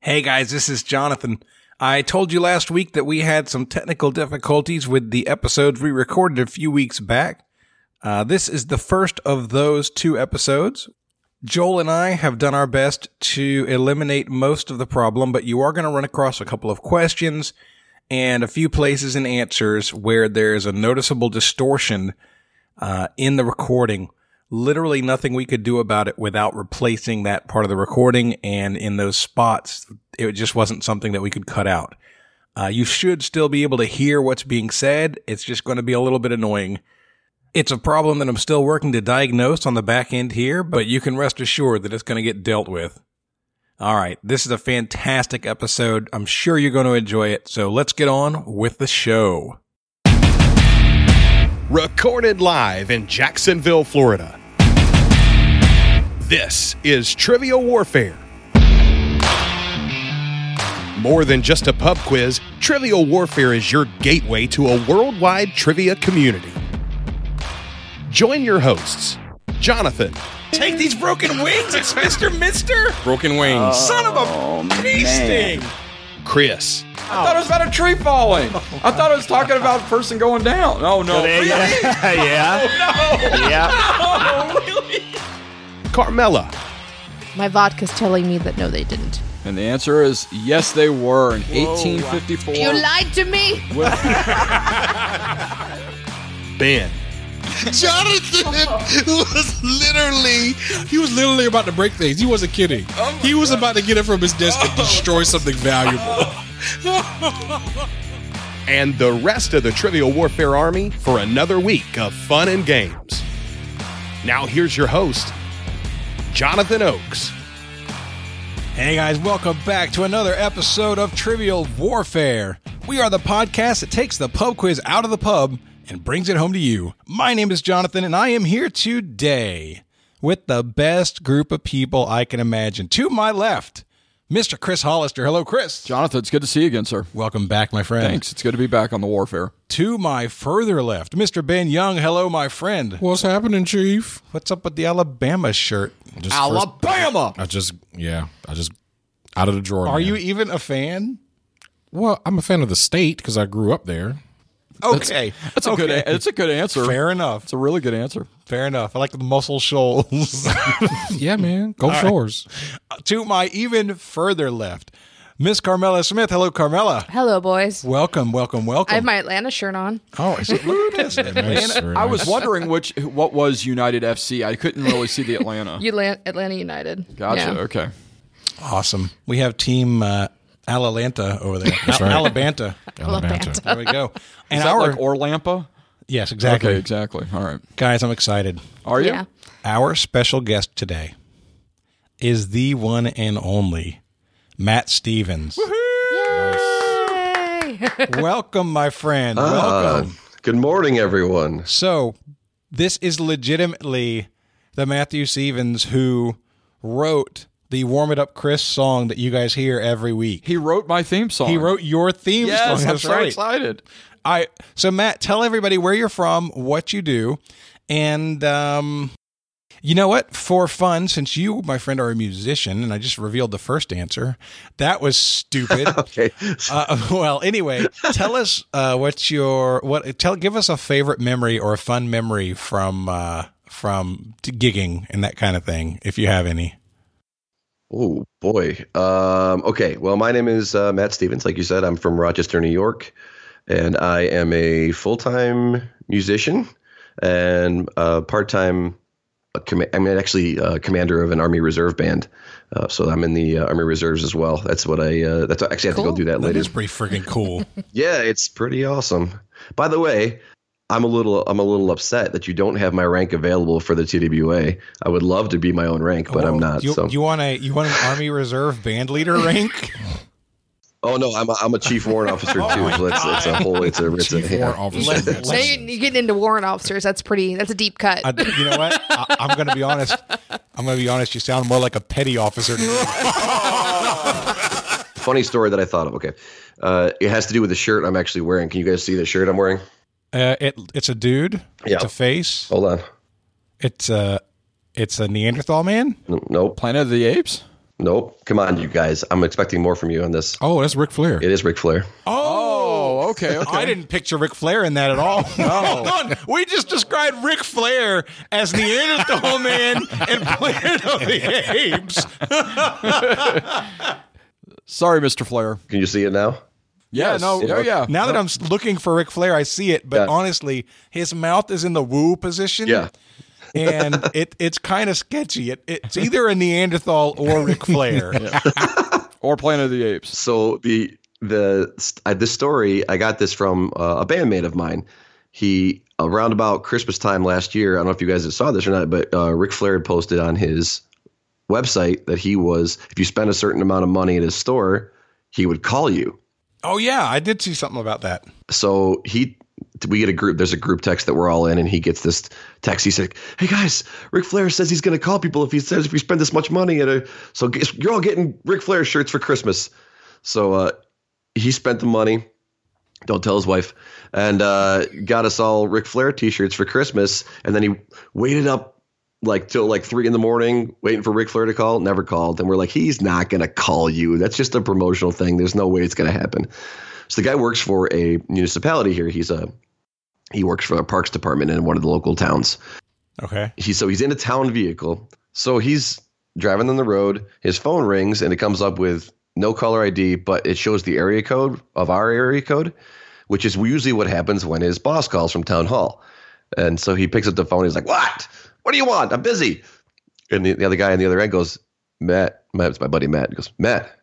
Hey guys, this is Jonathan. I told you last week that we had some technical difficulties with the episodes we recorded a few weeks back. Uh, this is the first of those two episodes. Joel and I have done our best to eliminate most of the problem, but you are going to run across a couple of questions and a few places and answers where there is a noticeable distortion uh, in the recording. Literally nothing we could do about it without replacing that part of the recording. And in those spots, it just wasn't something that we could cut out. Uh, you should still be able to hear what's being said. It's just going to be a little bit annoying. It's a problem that I'm still working to diagnose on the back end here, but you can rest assured that it's going to get dealt with. All right, this is a fantastic episode. I'm sure you're going to enjoy it. So let's get on with the show. Recorded live in Jacksonville, Florida. This is Trivial Warfare. More than just a pub quiz, Trivial Warfare is your gateway to a worldwide trivia community. Join your hosts, Jonathan, Take these broken wings. It's Mr. Mister. Broken wings. Son of Oh, a bee sting. Chris, I thought it was about a tree falling. I thought it was talking about a person going down. Oh no! There you go. yeah. Yeah. Carmela, My vodka's telling me that no, they didn't. And the answer is yes, they were in 1854. You lied to me. Ben, Jonathan was literally he was literally about to break things. He wasn't kidding. he was about to get it from his desk and destroy something valuable. and the rest of the Trivial Warfare Army for another week of fun and games. Now, here's your host, Jonathan Oakes. Hey guys, welcome back to another episode of Trivial Warfare. We are the podcast that takes the pub quiz out of the pub and brings it home to you. My name is Jonathan, and I am here today with the best group of people I can imagine. To my left, Mr. Chris Hollister. Hello, Chris. Jonathan, it's good to see you again, sir. Welcome back, my friend. Thanks. It's good to be back on the warfare. To my further left, Mr. Ben Young. Hello, my friend. What's happening, Chief? What's up with the Alabama shirt? Just first- Alabama. I just yeah, I just out of the drawer. Are man. you even a fan? Well, I'm a fan of the state because I grew up there. Okay. That's a good. It's a good answer. Fair enough. It's a really good answer. Fair enough. I like the muscle shoals. Yeah, man. Go Shores. to my even further left, Miss Carmela Smith. Hello, Carmela. Hello, boys. Welcome, welcome, welcome. I have my Atlanta shirt on. oh, I said, look at this. Nice, Atlanta. very I was nice. wondering which what was United FC. I couldn't really see the Atlanta. You Lan- Atlanta United. Gotcha. Yeah. Okay. Awesome. We have team uh, Alalanta over there. Al- right. Alabanta. Alabanta. There we go. And Is that our like Orlampa? yes, exactly. Okay. Exactly. All right. Guys, I'm excited. Are you? Yeah. Our special guest today is the one and only Matt Stevens. welcome, my friend. welcome. Good morning, everyone. So this is legitimately the Matthew Stevens who wrote the Warm It Up Chris song that you guys hear every week. He wrote my theme song. He wrote your theme song. Yes, I'm That's so right. excited. I so Matt, tell everybody where you're from, what you do, and um, you know what? For fun, since you, my friend, are a musician, and I just revealed the first answer, that was stupid. Okay. uh, well, anyway, tell us uh, what's your what? Tell give us a favorite memory or a fun memory from uh, from t- gigging and that kind of thing, if you have any. Oh boy. Um, okay. Well, my name is uh, Matt Stevens. Like you said, I'm from Rochester, New York, and I am a full-time musician and uh, part-time. uh, comm- I'm actually uh, commander of an Army Reserve band, uh, so I'm in the uh, Army Reserves as well. That's what I. Uh, that's actually I have to Cool. go do that That later. is pretty freaking cool. Yeah, it's pretty awesome. By the way, I'm a little I'm a little upset that you don't have my rank available for the TWA. I would love to be my own rank, but I'm not. You, so. you want a you want an Army Reserve band leader rank? oh no, I'm a, I'm a chief warrant officer too. so it's, it's a whole it's a it's a Oh Chief Warrant yeah. Let- Officer. Now you- you're getting into warrant officers. That's pretty. That's a deep cut. I, you know what? I, I'm going to be honest. I'm going to be honest. You sound more like a petty officer. To me. funny story that I thought of. Okay, uh, it has to do with the shirt I'm actually wearing. Can you guys see the shirt I'm wearing? Uh, it, it's a dude. It's Yeah. a face. uh, Hold on. It's a it's a Neanderthal man. N- Nope. Planet of the Apes. Nope. Come on, you guys. I'm expecting more from you on this. Oh, that's Ric Flair. It is Ric Flair. Oh, okay, okay. I didn't picture Ric Flair in that at all. Hold on. We just described Ric Flair as Neanderthal man and Planet of the Apes. Sorry, Mr. Flair. Can you see it now? Yeah, Yes. no, Yeah. oh yeah. Now that I'm s- looking for Ric Flair, I see it, but Yeah. honestly, his mouth is in the woo position. Yeah. and it it's kind of sketchy. It, it's either a Neanderthal or Ric Flair. Or Planet of the Apes. So the the st- uh, this story I got this from uh, a bandmate of mine. He around about Christmas time last year. I don't know if you guys saw this or not, but uh, Ric Flair had posted on his website that he was if you spent a certain amount of money at his store, he would call you. Oh yeah, I did see something about that. so he we get a group there's a group text that we're all in and he gets this text he said hey guys Ric flair says he's going to call people if he says if you spend this much money at a so guess- you're all getting Ric flair shirts for christmas so uh he spent the money don't tell his wife and uh got us all Ric flair t-shirts for christmas and then he waited up like till like three in the morning waiting for Ric flair to call never called and we're like he's not going to call you that's just a promotional thing there's no way it's going to happen so the guy works for a municipality here. He's a he works for a parks department in one of the local towns. Okay. He so he's in a town vehicle. So he's driving on the road. His phone rings and it comes up with no caller ID, but it shows the area code of our area code, which is usually what happens when his boss calls from town hall. And so he picks up the phone. He's like, "What? What do you want? I'm busy." And the, the other guy on the other end goes, "Matt, Matt, it's my buddy Matt." He goes, "Matt,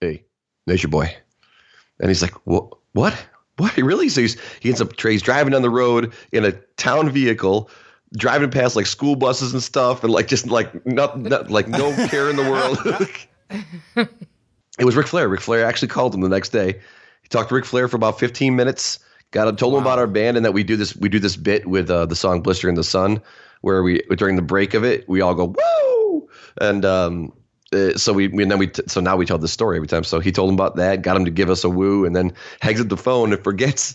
hey, there's your boy." And he's like, "What? What? What? Really?" So he's, he ends up he's driving down the road in a town vehicle, driving past like school buses and stuff, and like just like not, not like no care in the world. it was Ric Flair. Ric Flair actually called him the next day. He talked to Ric Flair for about 15 minutes. Got told him about our band and that we do this we do this bit with uh, the song "Blister in the Sun," where we during the break of it we all go woo and um, uh, so we, we and then we t- so now we tell this story every time. So he told him about that, got him to give us a woo, and then hangs up the phone and forgets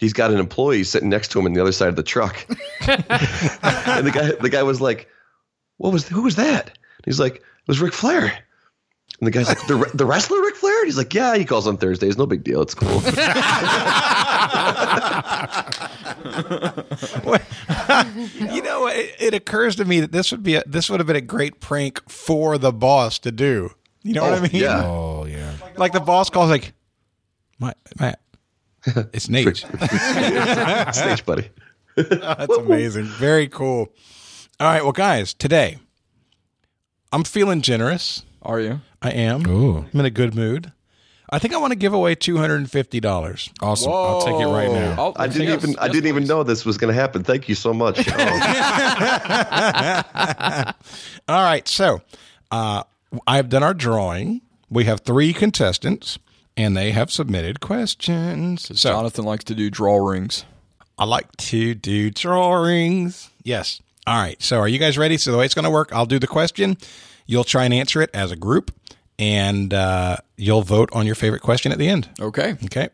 he's got an employee sitting next to him on the other side of the truck. and the guy the guy was like, "What was who was that?" And he's like, "It was Ric Flair." And the guy's like, "The, the wrestler Ric Flair?" And he's like, "Yeah, he calls on Thursdays. No big deal. It's cool." You know, it, it occurs to me that this would be a, this would have been a great prank for the boss to do. You know what I mean? yeah. Oh yeah. Like the boss calls, like, Matt, Matt it's Nate. Stage buddy. That's amazing. Very cool. All right, well, guys, today I'm feeling generous. Are you? I am. Ooh. I'm in a good mood. I think I want to give away two hundred and fifty dollars. Awesome. I'll take it right now. Oh, I didn't yes, even I yes, didn't even please. know this was going to happen. Thank you so much. Oh, All right, so uh, I've done our drawing. We have three contestants, and they have submitted questions. So Jonathan likes to do draw rings. I like to do drawings. Yes. All right. So are you guys ready? So the way it's going to work, I'll do the question. You'll try and answer it as a group, and uh, you'll vote on your favorite question at the end. Okay. Okay.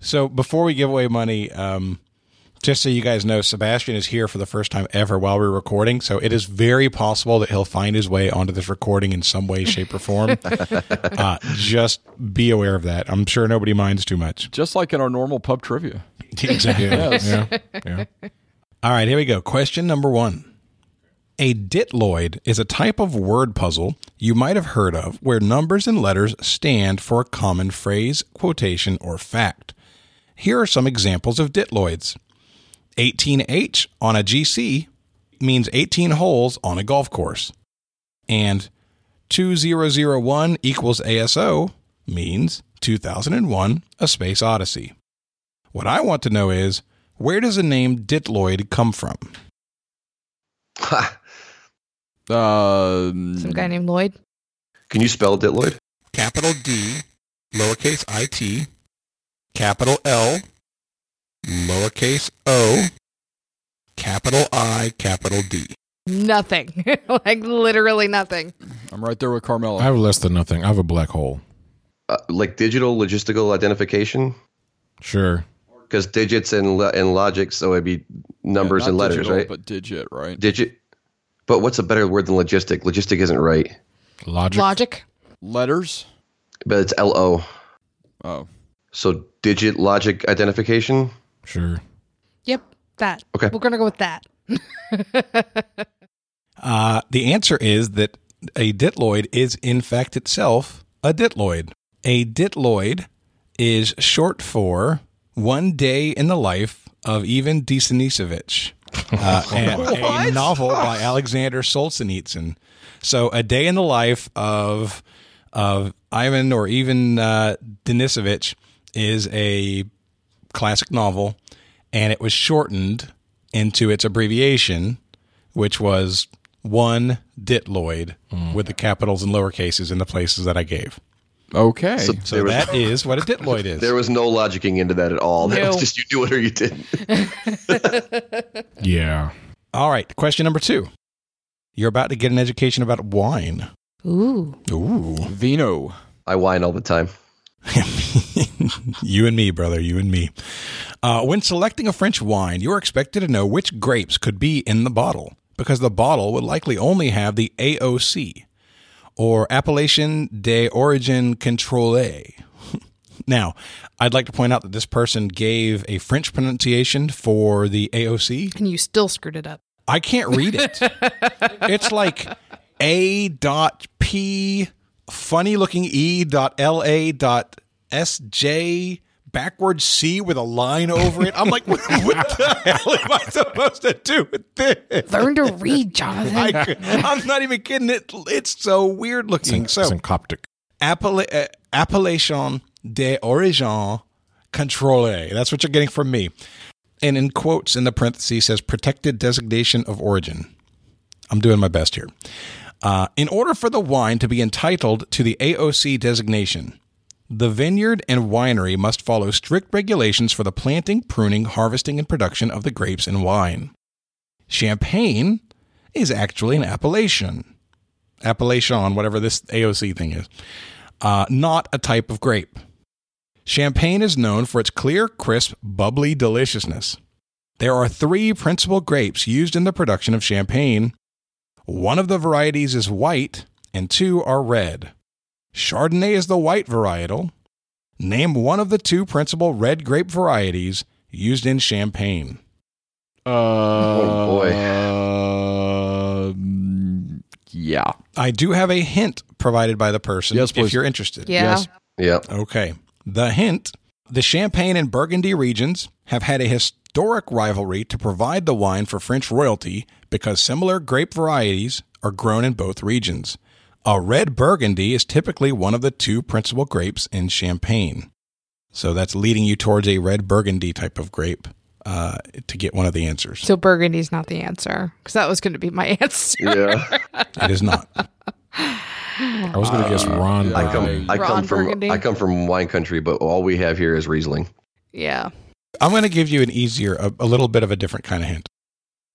So before we give away money, um, just so you guys know, Sebastian is here for the first time ever while we're recording. So it is very possible that he'll find his way onto this recording in some way, shape, or form. uh, just be aware of that. I'm sure nobody minds too much. Just like in our normal pub trivia. Exactly. Yeah. yeah. All right, here we go. Question number one. A ditloid is a type of word puzzle you might have heard of where numbers and letters stand for a common phrase, quotation, or fact. Here are some examples of ditloids 18H on a GC means 18 holes on a golf course, and 2001 equals ASO means 2001 A Space Odyssey. What I want to know is where does the name Ditloid come from? Um, Some guy named Lloyd. Can you spell Ditloid? Capital D, lowercase i t, capital L, lowercase o, capital I, capital D. Nothing. like literally nothing. I'm right there with Carmelo. I have less than nothing. I have a black hole. Uh, like digital logistical identification Sure. because digits and lo- and logic, so it'd be numbers Not and letters, digital, right? But digit, right? Digit. But what's a better word than logistic? Logistic isn't right. Logic. Logic. Letters. but it's L O. Oh. So digit logic identification. Sure. Yep. That. Okay. We're gonna go with that. Uh, the answer is that a ditloid is, in fact, itself a ditloid. A ditloid is short for one day in the life of Ivan Denisovich, uh, and a novel by Alexander Solzhenitsyn. So, a day in the life of of Ivan or even uh, Denisovich is a classic novel, and it was shortened into its abbreviation, which was one ditloid with the capitals and lower cases in the places that I gave. Okay. So There was- that is what a ditloid is. There was no logicking into that at all. That was No. just you do it or you didn't. Yeah. All right, question number two. You're about to get an education about wine. Ooh. Ooh. Vino. I whine all the time. you and me, brother, you and me. Uh, when selecting a French wine, you're expected to know which grapes could be in the bottle because the bottle would likely only have the AOC or Appellation de Origine Contrôlée. Now, I'd like to point out that this person gave a French pronunciation for the AOC. And you still screwed it up. I can't read it. it's like A dot P funny looking E dot L A dot S J backwards C with a line over it. I'm like, what, what the hell am I supposed to do with this? Learn to read, Jonathan. I, am not even kidding. It, it's so weird looking. It's So in Coptic. appella- uh, appellation de origine contrôlée. That's what you're getting from me. And in quotes in the parentheses says protected designation of origin. I'm doing my best here. Uh, in order for the wine to be entitled to the AOC designation, the vineyard and winery must follow strict regulations for the planting, pruning, harvesting, and production of the grapes and wine. Champagne is actually an appellation. Appellation, whatever this AOC thing is uh, not a type of grape. Champagne is known for its clear, crisp, bubbly deliciousness. There are three principal grapes used in the production of champagne. One of the varieties is white, and two are red. Chardonnay is the white varietal. Name one of the two principal red grape varieties used in champagne. Uh, Oh, boy. um, yeah. I do have a hint provided by the person Yes, if please. you're interested. yeah. Yes. Yeah. Okay. The hint the Champagne and Burgundy regions have had a historic rivalry to provide the wine for French royalty because similar grape varieties are grown in both regions. A red Burgundy is typically one of the two principal grapes in Champagne. So that's leading you towards a red Burgundy type of grape uh, to get one of the answers. So Burgundy's not the answer because that was going to be my answer. Yeah. It is not. I was going to Uh, guess Ron. yeah. I um, come I Ron come from Burgundy. I come from wine country, but all we have here is Riesling. Yeah. I'm going to give you an easier, a, a little bit of a different kind of hint.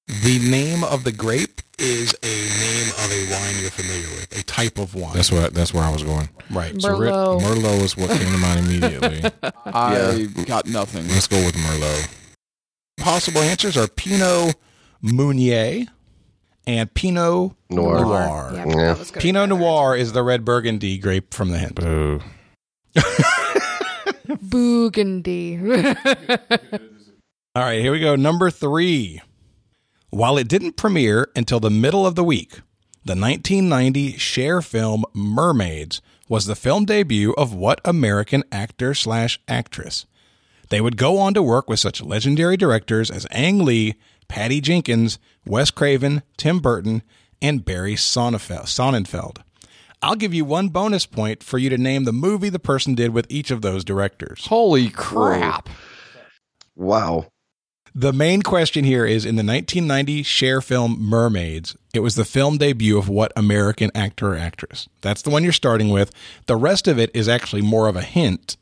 The name of the grape is a name of a wine you're familiar with, a type of wine. That's what. That's where I was going. right. So Rick- Merlot. Merlot is what came to mind immediately. I got nothing. Let's go with Merlot. Possible answers are Pinot Meunier and Pinot Noir. Noir. Yeah, Yeah. that was gonna be Pinot my other Noir is the red Burgundy grape from the hint. Boo. answer. Burgundy. All right, here we go. Number three. While it didn't premiere until the middle of the week, the 1990 Cher film Mermaids was the film debut of what American actor slash actress? They would go on to work with such legendary directors as Ang Lee, Patty Jenkins, Wes Craven, Tim Burton, and Barry Sonnenfeld. Sonnenfeld. I'll give you one bonus point for you to name the movie the person did with each of those directors. Holy crap. Wow. The main question here is in the 1990 Cher film Mermaids, it was the film debut of what American actor or actress? That's the one you're starting with. The rest of it is actually more of a hint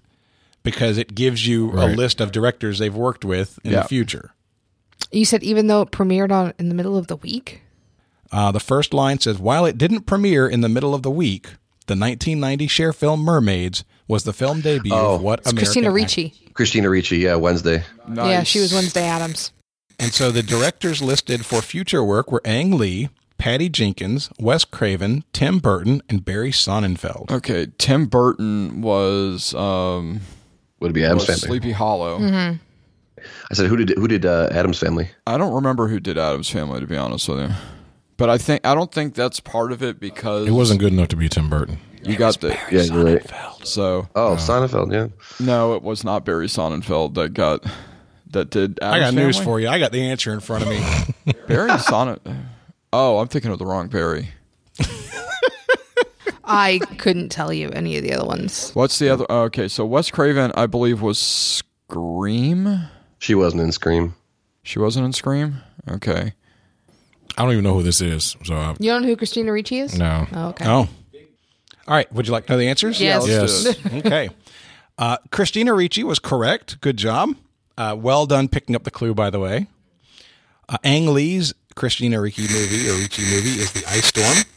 because it gives you a Right. list of directors they've worked with in the Yeah. future. you said even though it premiered on in the middle of the week. Uh, the first line says While it didn't premiere in the middle of the week, the 1990 Cher film Mermaids was the film debut of what It's American Christina act- Ricci. Christina Ricci, yeah, Wednesday. Yeah, she was Wednesday Adams. And so the directors listed for future work were Ang Lee, Patty Jenkins, Wes Craven, Tim Burton, and Barry Sonnenfeld. Okay, Tim Burton was um Would it be was Adam's family? Sleepy Hollow. Hmm. I said, who did who did uh, Adam's family? I don't remember who did Adam's Family to be honest with you, but I think I don't think that's part of it because It wasn't good enough to be Tim Burton. You got the Yeah, you're right. so Oh, Sonnenfeld. Yeah. no, it was not Barry Sonnenfeld that got that did. Adam's I got news Family. for you. I got the answer in front of me. Barry Sonnen. Oh, I'm thinking of the wrong Barry. I couldn't tell you any of the other ones. What's the other? Okay, so Wes Craven, I believe, was Scream. She wasn't in Scream. She wasn't in Scream. Okay, I don't even know who this is. So I, You don't know who Christina Ricci is? no. Oh, okay. Oh. All right. Would you like to know the answers? Yes. Yes. okay. Uh, Christina Ricci was correct. Good job. Uh, well done picking up the clue, by the way. Uh, Ang Lee's Christina Ricci movie or Ricci movie is The Ice Storm.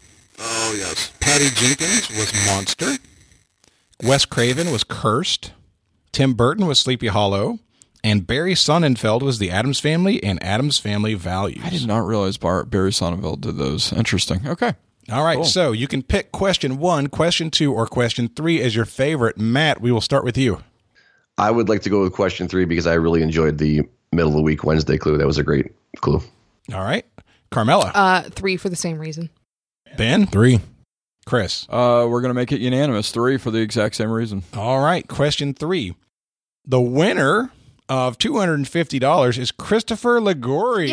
Oh, yes. Patty Jenkins was Monster. Wes Craven was Cursed. Tim Burton was Sleepy Hollow. And Barry Sonnenfeld was The Adams Family and Adams Family Values. I did not realize Bar- Barry Sonnenfeld did those. Interesting. Okay, All right, so you can pick question one, question two, or question three as your favorite. Matt, we will start with you. I would like to go with question three because I really enjoyed the middle of the week Wednesday clue. That was a great clue. All right, Carmela, Uh, three for the same reason. Ben, Three. Chris. uh, we're gonna make it unanimous three for the exact same reason. All right, question three. The winner of $250 is Christopher Ligori.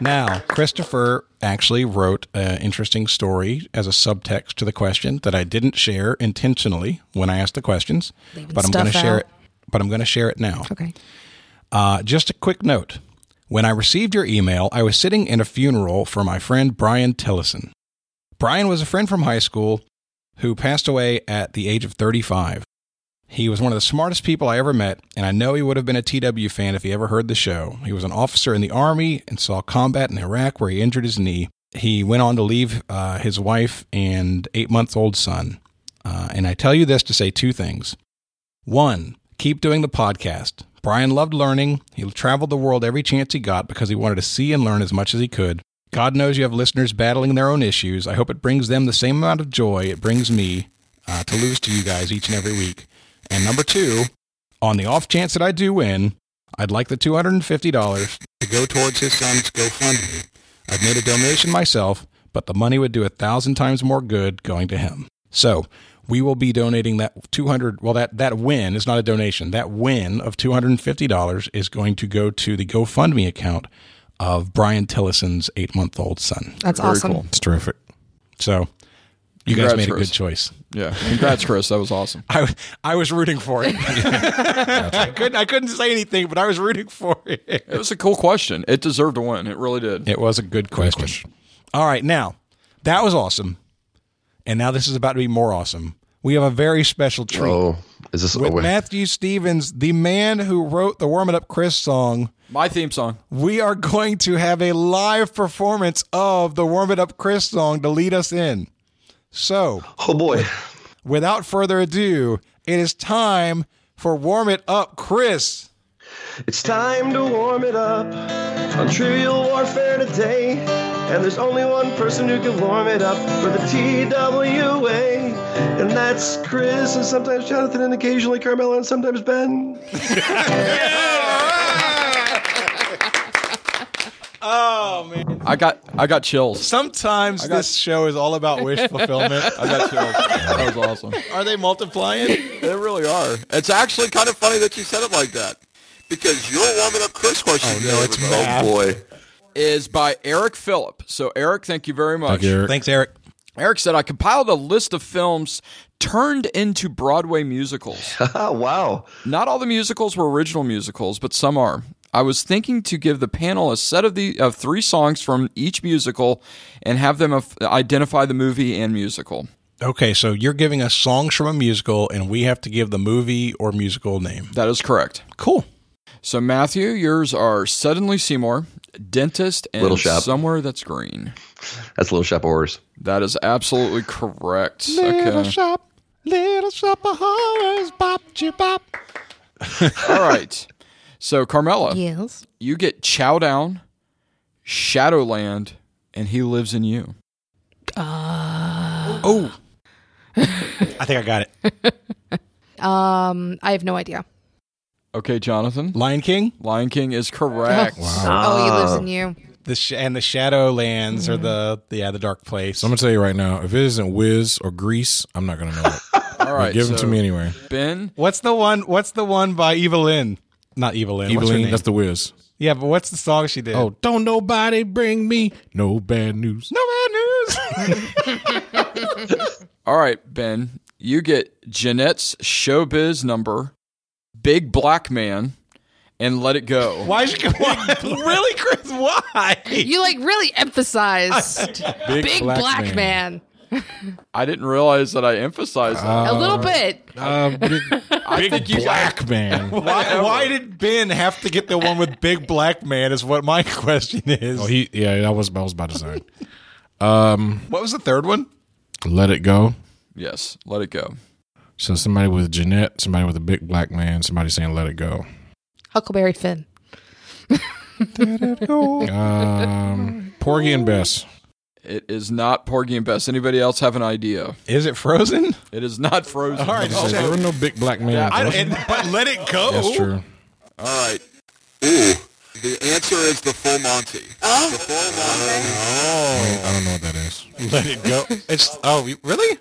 Now, Christopher actually wrote an interesting story as a subtext to the question that I didn't share intentionally when I asked the questions, but I'm going to stuff share out. it. But I'm going to share it now. Okay. Uh, just a quick note. When I received your email, I was sitting in a funeral for my friend Brian Tillison. Brian was a friend from high school who passed away at the age of 35. He was one of the smartest people I ever met, and I know he would have been a TW fan if he ever heard the show. He was an officer in the Army and saw combat in Iraq where he injured his knee. He went on to leave uh, his wife and eight month old son. Uh, and I tell you this to say two things. One, keep doing the podcast. Brian loved learning. He traveled the world every chance he got because he wanted to see and learn as much as he could. God knows you have listeners battling their own issues. I hope it brings them the same amount of joy it brings me uh, to lose to you guys each and every week. And number two, on the off chance that I do win, I'd like the $250 to go towards his son's GoFundMe. I've made a donation myself, but the money would do a thousand times more good going to him. So we will be donating that 200. Well, that, that win is not a donation. That win of $250 is going to go to the GoFundMe account of Brian Tillison's eight month old son. That's awesome. It's terrific. So you Congrats, guys made a Chris. good choice. Yeah, congrats, Chris. That was awesome. I, I was rooting for it. I couldn't I couldn't say anything, but I was rooting for it. It was a cool question. It deserved a win. It really did. It was a good question. All right, now that was awesome, and now this is about to be more awesome. We have a very special treat Oh, is this? with oh, wait. Matthew Stevens, the man who wrote the "Warm It Up, Chris" song. My theme song. We are going to have a live performance of the "Warm It Up, Chris" song to lead us in. So, oh boy. without further ado, it is time for "Warm It Up, Chris." It's time to warm it up on Trivial Warfare today. And there's only one person who can warm it up for the TWA. And that's Chris, and sometimes Jonathan, and occasionally Carmela, and sometimes Ben. I got I got chills. Sometimes this show is all about wish fulfillment. I got chills. That was awesome. Are they multiplying? They really are. It's actually kind of funny that you said it like that. Because your warming up Chris question oh, no, it's Oh boy. Is by Eric Phillip. So Eric, thank you very much. Eric. Thanks, Eric. Eric said I compiled a list of films turned into Broadway musicals. Oh, wow. Not all the musicals were original musicals, but some are. I was thinking to give the panel a set of the of three songs from each musical and have them af- identify the movie and musical. Okay, so you're giving us songs from a musical, and we have to give the movie or musical name. That is correct. Cool. So Matthew, yours are Suddenly Seymour, Dentist, and Little Shop. Somewhere That's Green. That's Little Shop of Horrors. That is absolutely correct. Okay. shop, little shop of horrors, bop chip bop. All right. So Carmela, Yes. you get Chow Down, Shadowland, and he lives in you. Oh, I think I got it. Um, I have no idea. Okay, Jonathan. Lion King, Lion King is correct. Oh, he lives in you. the sh- and the Shadowlands are the yeah the dark place. So I'm gonna tell you right now, if it isn't Wiz or Grease, I'm not gonna know it. All But right. give them so to me anyway. Ben, What's the one? What's the one by Evelyn? Not Evelyn. What's her Evelyn, name? that's the Wiz. yeah, but what's the song she did? Oh, don't nobody bring me no bad news. no bad news. all right, Ben, you get Jeanette's showbiz number, Big Black Man, and Let It Go. why should why, really, Chris? Why? You like really emphasized big, black, man. I didn't realize that I emphasized that. A little bit. Uh, big I think you got black man. Why, why did Ben have to get the one with big black man? Is what my question is. Oh, he yeah, that was that was by design. what was the third one? Let it go. Yes, Let It Go. So somebody with Jeanette, somebody with a big black man, somebody saying let it go. Huckleberry Finn. Um, Porgy and Bess. It is not Porgy and Bess. Anybody else have an idea? Is it Frozen? It is not Frozen. All right, So there were no big black man. I don't, and, but let it go. That's true. All right. Ooh. The answer is the full Monty. Oh. The full Monty. I don't know what that is. Let it go. It's oh you- really?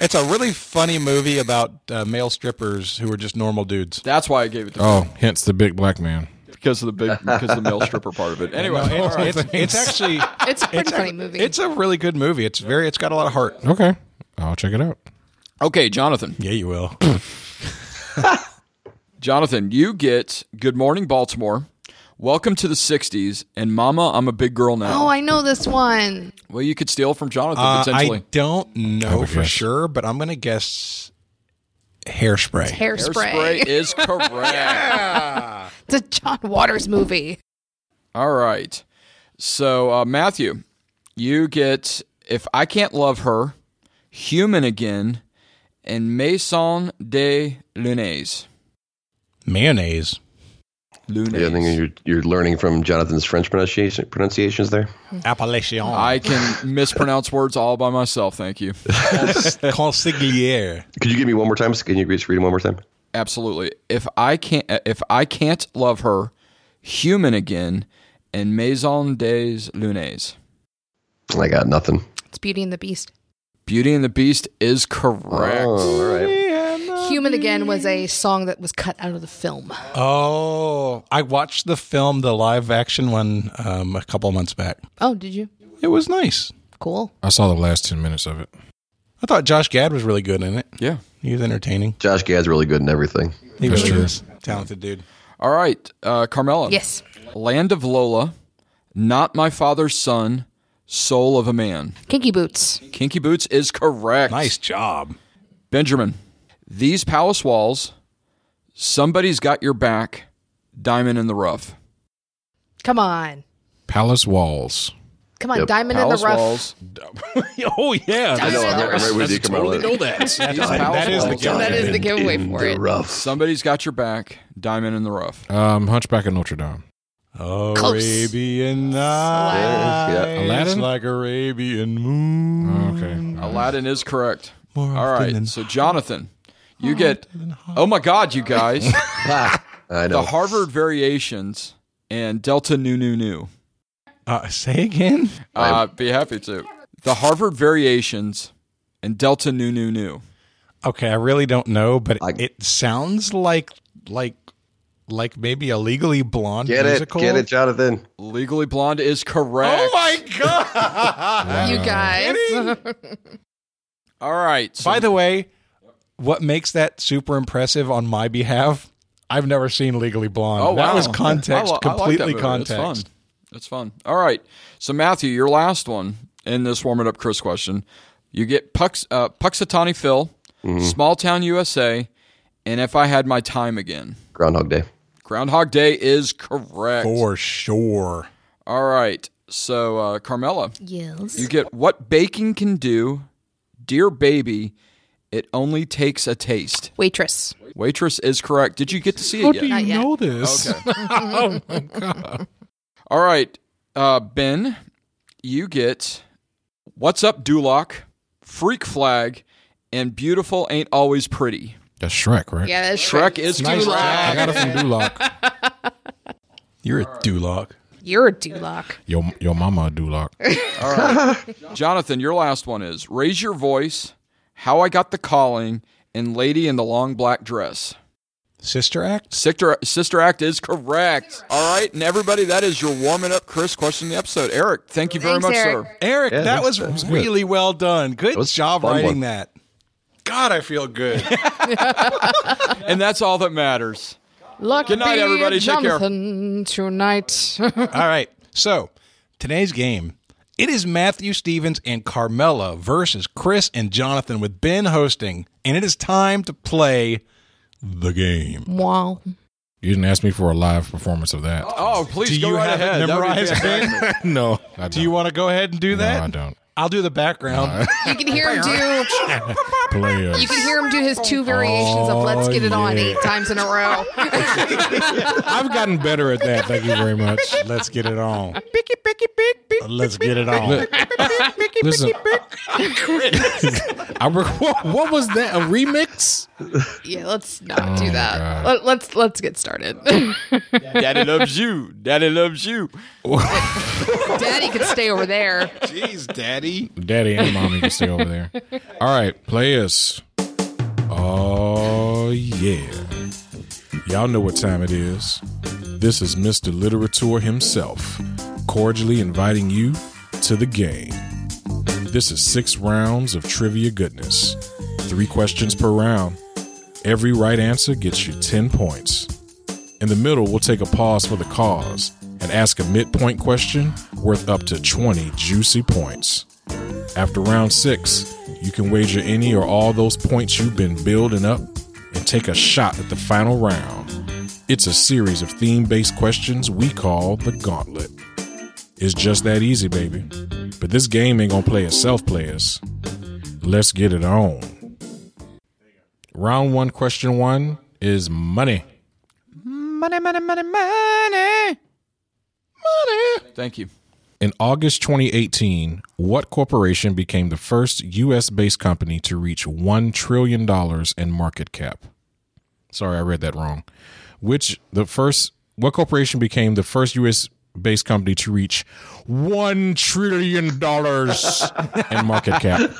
It's a really funny movie about uh, male strippers who are just normal dudes. That's why I gave it to Oh, hence the big black man. because of the big because of the male stripper part of it. Anyway, all It's, right. it's- it's actually It's a pretty it's funny a, movie. It's a really good movie. It's very. It's got a lot of heart. Okay, I'll check it out. okay, Jonathan. Yeah, you will. Jonathan, you get Good Morning Baltimore, Welcome to the '60s, and Mama, I'm a Big Girl Now. oh, I know this one. well, you could steal from Jonathan Uh, potentially. I don't know would for guess. sure, but I'm gonna guess hairspray. Hairspray. Hairspray is correct. It's a John Waters movie. All right. So uh, Matthew, you get if I can't love her, Human Again, and Maison de Lunes. Mayonnaise. Lunes. Yeah, I think you're, you're learning from Jonathan's French pronunciation, pronunciations there. Appellation. I can mispronounce words all by myself. Thank you. Consigliere. Could you give me one more time? Can you just read them one more time? Absolutely. If I can't, if I can't love her, human again, and Maison des Lunes. I got nothing. It's Beauty and the Beast. Beauty and the Beast is correct. Oh, all right. Human Again was a song that was cut out of the film. Oh, I watched the film, the live action one, um, a couple months back. Oh, did you? It was nice. Cool. I saw the last ten minutes of it. I thought Josh Gad was really good in it. Yeah. He was entertaining. Josh Gad's really good in everything. He That's really true. is. Talented dude. All right, uh, Carmela. Yes. Land of Lola, not my father's son, soul of a man. Kinky Boots. Kinky Boots is correct. Nice job. Benjamin. These palace walls, somebody's got your back. Diamond in the rough. Come on. Palace walls. Come on. Yep. Diamond Palace in the Rough. Walls. oh yeah, I know. Diamond I'm in the right Rough. with you, Kamala. These That palace is the walls. giveaway. That is the giveaway In for the it. rough. Somebody's got your back. Diamond in the rough. Um, Hunchback of Notre Dame. Arabian Yeah. night, Aladdin? like Arabian moon. Okay. Aladdin is correct. More All often right. than- So, Jonathan, you get. Oh my God, you guys. I the know. Harvard Variations and Delta Nu Nu Nu. Uh, say again. Uh, be happy to. The Harvard Variations and Delta Nu Nu Nu. Okay, I really don't know, but I- it sounds like like like maybe a legally blonde Get it. musical. Get it, Jonathan. Legally Blonde is correct. Oh my god! You guys. All right. So By the way, what makes that super impressive on my behalf? I've never seen Legally Blonde. Oh, That wow. was context, I li- I like that completely movie. It's context. fun. It's fun. All right. So Matthew, your last one in this warm it up Chris question. You get Pux, uh, Puxatani Phil, Small Town USA, and If I Had My Time Again. Groundhog Day. Groundhog Day is correct. For sure. All right. So uh, Carmela, Yes. you get what baking can do, dear baby. It only takes a taste. Waitress. Waitress is correct. Did you get to see it yet? Not yet. this. All right, Uh, ben, you get What's Up, Duloc, Freak Flag, and Beautiful Ain't Always Pretty. That's Shrek, right? Yeah, that's Shrek is Nice Duloc. tag. I got it from Duloc. You're a duloc. You're a Duloc. Yo, yo, mama a Duloc. Jonathan, your last one is Raise Your Voice, How I Got the Calling, and Lady in the Long Black Dress. Sister Act? Sister, Sister Act is correct. All right. And everybody, that is your warming up Chris question of the episode. Eric, thank you very Thanks, much, Eric. sir. Eric, Yeah, that that's- was, that was good. really well done. Good That was a job fun writing one. that. God, I feel good. And that's all that matters. Lucky Good night, everybody. Take care. Jonathan tonight. All right. So today's game it is Matthew Stevens and Carmela versus Chris and Jonathan with Ben hosting, and it is time to play the game. wow. You didn't ask me for a live performance of that. Oh, please Do go you right have it ahead. That would be memorized, fantastic. no, I Do you want to go ahead and do No, that? I don't. I'll do the background. You can hear him do. Players. You can hear him do his two variations of "Let's get it Oh, on" yeah. eight times in a row. I've gotten better at that. Thank you very much. Let's get it on. Let's get it on. Listen, I re- what, what was that? A remix? yeah, let's not do Oh, my that. God. Let, let's let's get started. Daddy loves you. Daddy loves you. Daddy could stay over there. Jeez, Daddy. Daddy and mommy can stay over there. All right, players. Oh yeah, y'all know what time it is. This is Mr. Literature himself, cordially inviting you to the game. This is six rounds of trivia goodness, three questions per round. Every right answer gets you ten points. In the middle, we'll take a pause for the cause and ask a midpoint question worth up to 20 juicy points. After round six, you can wager any or all those points you've been building up and take a shot at the final round. It's a series of theme based questions we call the gauntlet. It's just that easy, baby. But this game ain't gonna play itself, players. Let's get it on. Round one, question one is money. Money, money, money, money. Money. Thank you. In August 2018, what corporation became the first U.S. based company to reach $1 trillion in market cap? Sorry, I read that wrong. Which the first, what corporation became the first U.S. based company to reach $1 trillion in market cap?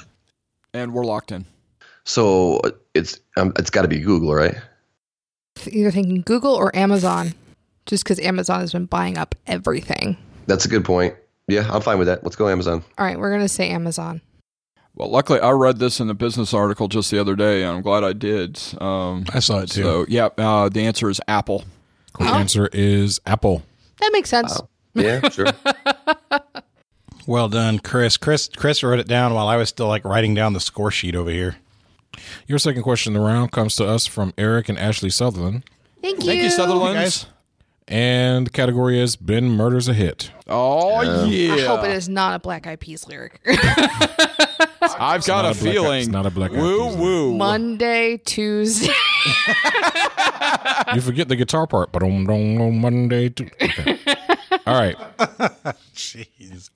And we're locked in. So uh, it's um, it's got to be Google, right? You're thinking Google or Amazon, just because Amazon has been buying up everything. That's a good point. Yeah, I'm fine with that. Let's go Amazon. All right, we're gonna say Amazon. Well, luckily, I read this in a business article just the other day, and I'm glad I did. Um, I saw it too. so, yeah, uh, the answer is Apple. The Uh-huh. answer is Apple. Oh, That makes sense. Yeah, sure. Well done, Chris. Chris Chris wrote it down while I was still like writing down the score sheet over here. Your second question in the round comes to us from Eric and Ashley Sutherland. Thank you. Thank you, Sutherland. guys. And the category is Ben murders a hit. Oh, I yeah. hope it is not a Black Eyed Peas lyric. I've got a, Not a Black Eyed- feeling. it's not a Black Eyed Woo, Peas woo. Monday, Tuesday. You forget the guitar part, but on on Monday. Too. Okay. All right.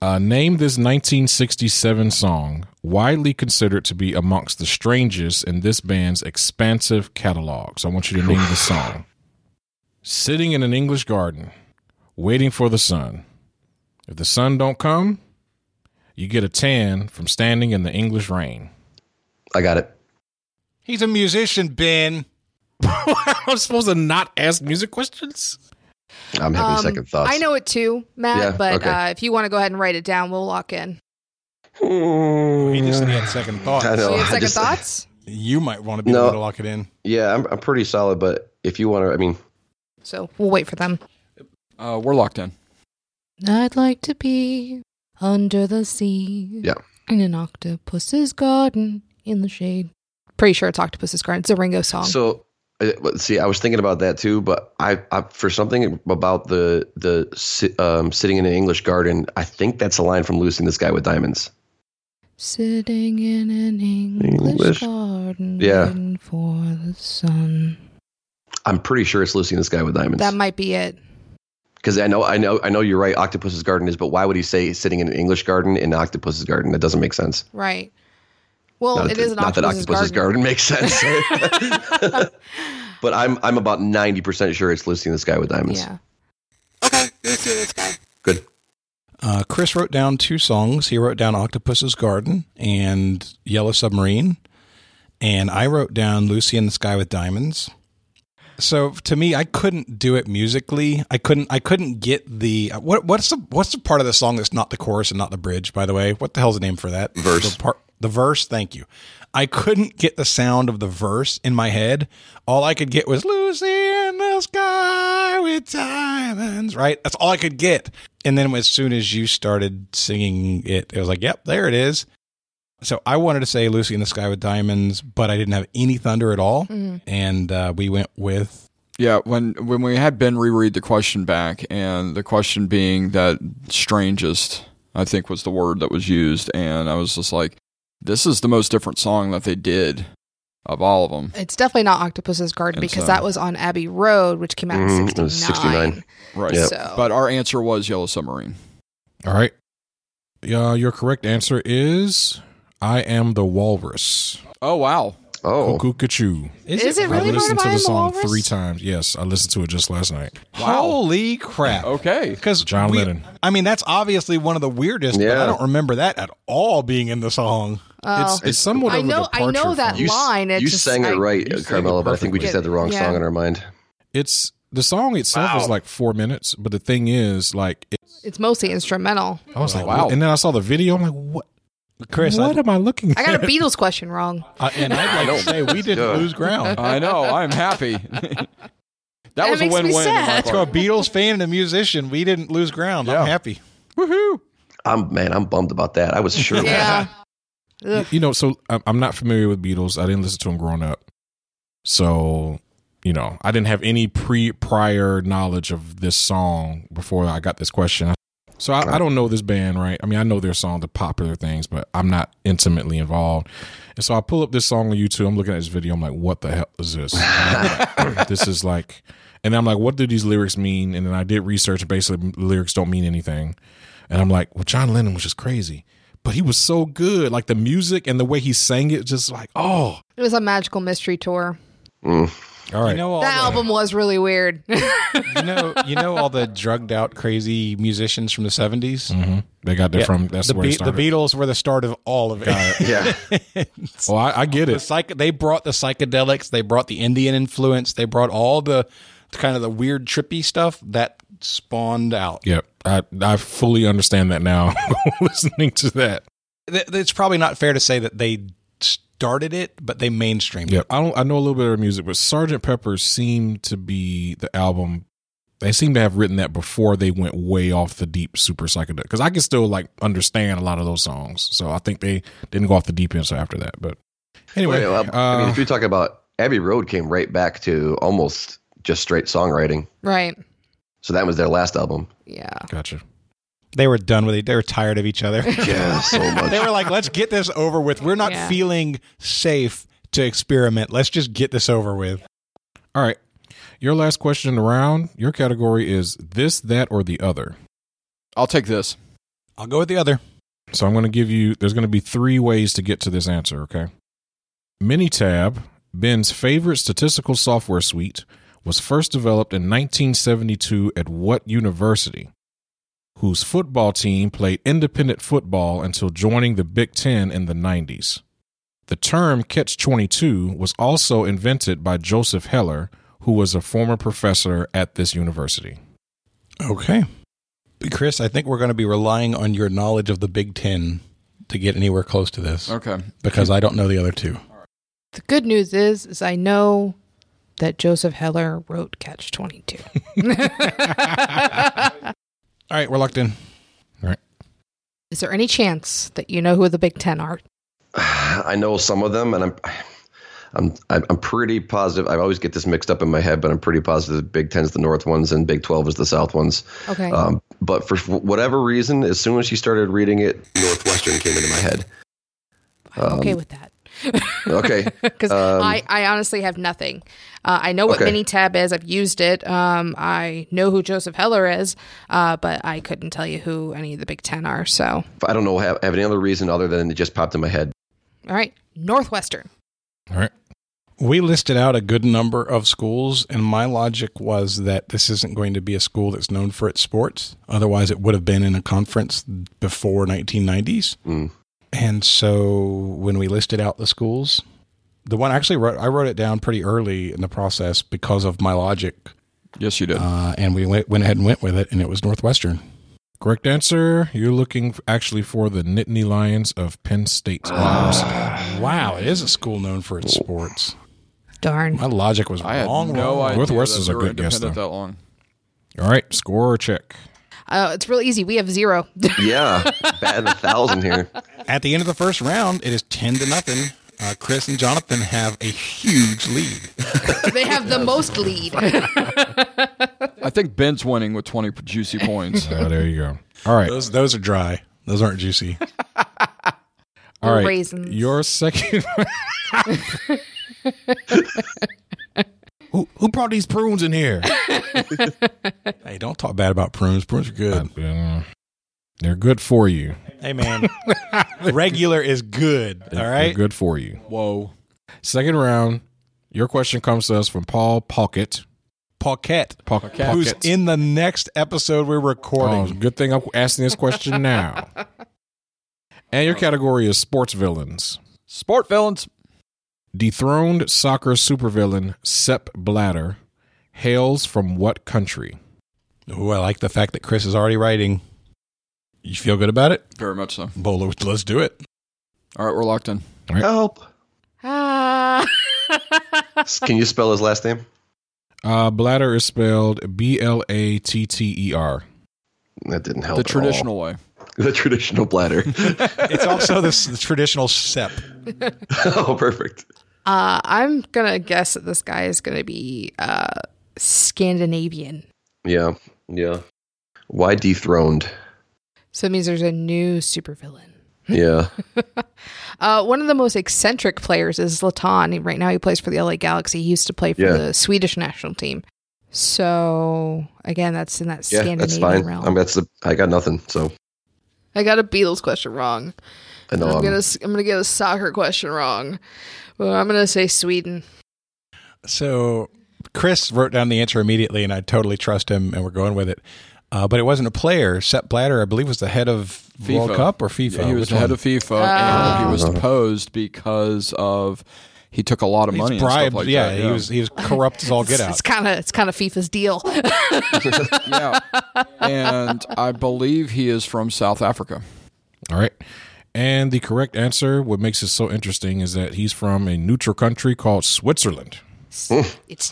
Uh, name this 1967 song, widely considered to be amongst the strangest in this band's expansive catalog. So I want you to name the song. Sitting in an English garden, waiting for the sun. If the sun don't come, you get a tan from standing in the English rain. I got it. He's a musician, Ben. I'm supposed to not ask music questions? I'm having Um, second thoughts. I know it too, Matt, Yeah, but okay. uh, if you want to go ahead and write it down, we'll lock in. He just had second thoughts. I Do know. No, you have second just- thoughts? You might want to be No. able to lock it in. Yeah, I'm, I'm pretty solid, but if you want to, I mean, So we'll wait for them. Uh, we're locked in. I'd like to be under the sea. Yeah. In an octopus's garden in the shade. Pretty sure it's Octopus's Garden. It's a Ringo song. so uh, but see, I was thinking about that too, but I, I for something about the the si- um, sitting in an English garden, I think that's a line from Lucy and the Sky with Diamonds. Sitting in an English, English- garden Yeah. waiting for the sun. I'm pretty sure it's Lucy and the Sky with Diamonds. That might be it. Because I know, I know, I know you're right. Octopus's garden is, but why would he say sitting in an English garden in octopus's garden? That doesn't make sense. Right. Well, not it that, is an not that octopus's octopus's garden. garden. makes sense. but I'm I'm about ninety percent sure it's listing the sky with diamonds. Yeah. Okay, let's do this guy. Good. Uh, Chris wrote down two songs. He wrote down Octopus's Garden and Yellow Submarine. And I wrote down Lucy in the Sky with Diamonds. So to me, I couldn't do it musically. I couldn't. I couldn't get the uh, what, what's the what's the part of the song that's not the chorus and not the bridge. By the way, what the hell's the name for that Verse. The, part, the verse. Thank you. I couldn't get the sound of the verse in my head. All I could get was Lucy in the sky with diamonds. Right. That's all I could get. And then as soon as you started singing it, it was like, yep, there it is. So I wanted to say Lucy in the Sky with Diamonds, but I didn't have any thunder at all. And uh, we went with Yeah, when when we had Ben reread the question back, and the question being that strangest, I think was the word that was used, and I was just like, this is the most different song that they did of all of them, It's definitely not Octopus's Garden And because so- that was on Abbey Road, which came out in Mhm, it 69. was 69. right? Yep. So, But our answer was Yellow Submarine. All right. Yeah, your correct answer is I am the walrus. Oh wow, Oh, Cuckoo is, it really I part listened of to I the Am the song Walrus? three times. Yes, I listened to it just last night. Holy crap. okay, Because John Lennon. I mean, that's obviously one of the weirdest, but I Yeah. don't remember that at all being in the song. Oh. It's, it's somewhat I of know- a I know departure that from- you s- line, it you just- sang it I- right, You sang it Carmela, but I think we perfectly. just had the wrong Yeah. song in our mind. It's the song itself Wow. is like four minutes, but the thing is, like, it, It's mostly instrumental. I was like, Wow. wow. And then I saw the video. I'm like, what? Chris, what I, am I looking? I got a at? Beatles question wrong. I, and I'd like to say we Yeah. didn't lose ground. I know, I'm happy. that, was a makes me win-win. on my sad. For a part. Beatles fan and a musician, we didn't lose ground. Yeah. I'm happy. Woohoo! I'm man, I'm bummed about that. I was sure. Yeah. Ugh. You know, so I'm I'm not familiar with Beatles. I didn't listen to them growing up, so you know, I didn't have any pre prior knowledge of this song before I got this question. So I, I don't know this band, right? I mean, I know their song, the popular things, but I'm not intimately involved. And so I pull up this song on YouTube. I'm looking at this video. I'm like, what the hell is this? this is like, and I'm like, what do these lyrics mean? And then I did research. Basically, lyrics don't mean anything. And I'm like, well, John Lennon was just crazy, but he was so good. Like the music and the way he sang it, just like, oh, It was a magical mystery tour. all right. You know all That the- album was really weird. You know, you know all the drugged out, crazy musicians from the 70s? Mhm. They got that Yeah. from that's the, where it Be- the started. Beatles were the start of all of it. Yeah. oh, I, I get the it. psych- they brought the psychedelics, they brought the Indian influence, they brought all the kind of the weird trippy stuff that spawned out. Yep, I I fully understand that now. listening to that, Th- It's probably not fair to say that they started it, but they mainstreamed Yep. I don't I know a little bit of their music, but Sergeant Pepper's seemed to be the album they seem to have written that before they went way off the deep super psychedelic because I can still like understand a lot of those songs. So I think they didn't go off the deep end so after that. But anyway, Well, I mean, uh, if you're talking about Abbey Road, came right back to almost just straight songwriting. right. So that was their last album. Yeah. gotcha. it. They were done with it. They were tired of each other. Yeah, so much. they were like, let's get this over with. We're not Yeah. feeling safe to experiment. Let's just get this over with. All right. Your last question in the round, your category is this, that, or the other. I'll take this. I'll go with the other. So I'm going to give you, there's going to be three ways to get to this answer, okay? Minitab, Ben's favorite statistical software suite, was first developed in 1972 at what university? Whose football team played independent football until joining the Big Ten in the 90s. The term catch 22 was also invented by Joseph Heller, who was a former professor at this university. Okay. Chris, I think we're going to be relying on your knowledge of the Big Ten to get anywhere close to this Okay. because I don't know the other two. The good news is, is I know that Joseph Heller wrote Catch 22. All right, we're locked in. Is there any chance that you know who the Big Ten are? I know some of them, and I'm, I'm, I'm I'm pretty positive. I always get this mixed up in my head, but I'm pretty positive Big Ten's the North ones and Big Twelve is the South ones. Okay. Um, but for whatever reason, as soon as she started reading it, Northwestern came into my head. I'm okay with that. um, Okay. because Um, I, I honestly have nothing. Uh, I know what Okay. mini tab is. I've used it. Um, I know who Joseph Heller is, uh, but I couldn't tell you who any of the Big Ten are. So, I don't know have, have any other reason other than it just popped in my head. all right, Northwestern. All right. We listed out a good number of schools, and my logic was that this isn't going to be a school that's known for its sports. Otherwise, it would have been in a conference before 1990s. Mm. And so when we listed out the schools, the one I actually wrote, I wrote it down pretty early in the process because of my logic, Yes, you did. uh, and we went, went ahead and went with it, and it was Northwestern. Correct answer. You're looking f- actually for the Nittany Lions of Penn State's University. Ah. Wow, it is a school known for its sports. Darn. My logic was I had wrong. no wrong. idea. Northwestern's that a they were good guess, independent though. That long. All right, score check. Uh, it's real easy. We have zero. Yeah, batting a thousand here. At the end of the first round, it is 10 to nothing. Uh, Chris and Jonathan have a huge lead. they have the most lead. I think Ben's winning with 20 juicy points. Oh, there you go. All right. Those those are dry. Those aren't juicy. All right. Raisins. Your second who, who brought these prunes in here? hey, don't talk bad about prunes. Prunes are good. Uh, they're good for you. Hey man, regular is good. All They're right. good for you. Whoa. Second round. Your question comes to us from Paul Pocket. Paquette, Po- who's Pocket. in the next episode we're Oh, recording. good thing I'm asking this question now. and your category is sports villains. Sport villains. Dethroned soccer supervillain Sepp Blatter hails from what country? Oh, Ooh, I like the fact that Chris is already writing. You feel good about it, Very much so. Bolo? Let's do it. All right, we're locked in. Help! Ah. Can you spell his last name? Uh, bladder is spelled B L A T T E R. That didn't help. the at all. traditional way. the traditional bladder. It's also this the traditional sep. oh, perfect. Uh, I'm gonna guess that this guy is gonna be uh, Scandinavian. Yeah, yeah. Why dethroned? So it means there's a new supervillain. Yeah. Uh, one of the most eccentric players is Latan. Right now, he plays for the LA Galaxy. He used to play for Yeah. the Swedish national team. So again, that's in that Yeah, that's Scandinavian fine. realm. I'm, that's the, I got nothing. So I got a Beatles question wrong. I know I'm, I'm, gonna s- I'm gonna get a soccer question wrong. Well, I'm gonna say Sweden. So Chris wrote down the answer immediately, and I totally trust him, and we're going with it. Uh, but it wasn't a player. Sepp Blatter, I believe, was the head of World FIFA. Cup or FIFA. Yeah, he was Uh, Which the head one? of FIFA, Uh, and he was deposed because of he took a lot of money. He's and stuff bribed. like yeah, that, he was he was corrupt as all get It's out. kind of it's kind of FIFA's deal. yeah, and I believe he is from South Africa. All right. And the correct answer, what makes it so interesting, is that he's from a neutral country called Switzerland. it's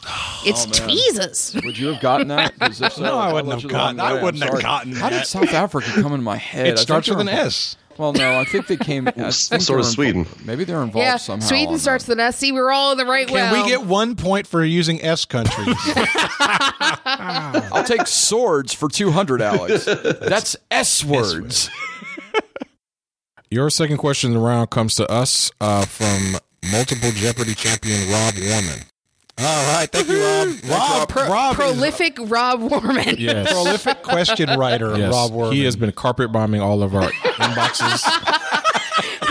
Oh, it's tweezers. Would you have gotten that? 'Cause if so, No, I I'll wouldn't let have you along gotten. the I way. I'm wouldn't have sorry. gotten. How did that. South Africa come in my head? I It think starts they're with an involved- S. Well, no, I think they came. I think Some they sort were of invo- Sweden. Maybe they're involved Yeah, somehow. Sweden on starts with an S. See, we're all in the right way. Can we get one point for using S countries? that. I'll take swords for two hundred, Alex. That's S words. Your second question in the round comes to us uh, from multiple Jeopardy champion Rob Warman. all right, thank you, Rob. Rob, Pro- Rob is prolific Rob Warman? a prolific question writer. Yes. Rob Worman. He has been carpet bombing all of our inboxes.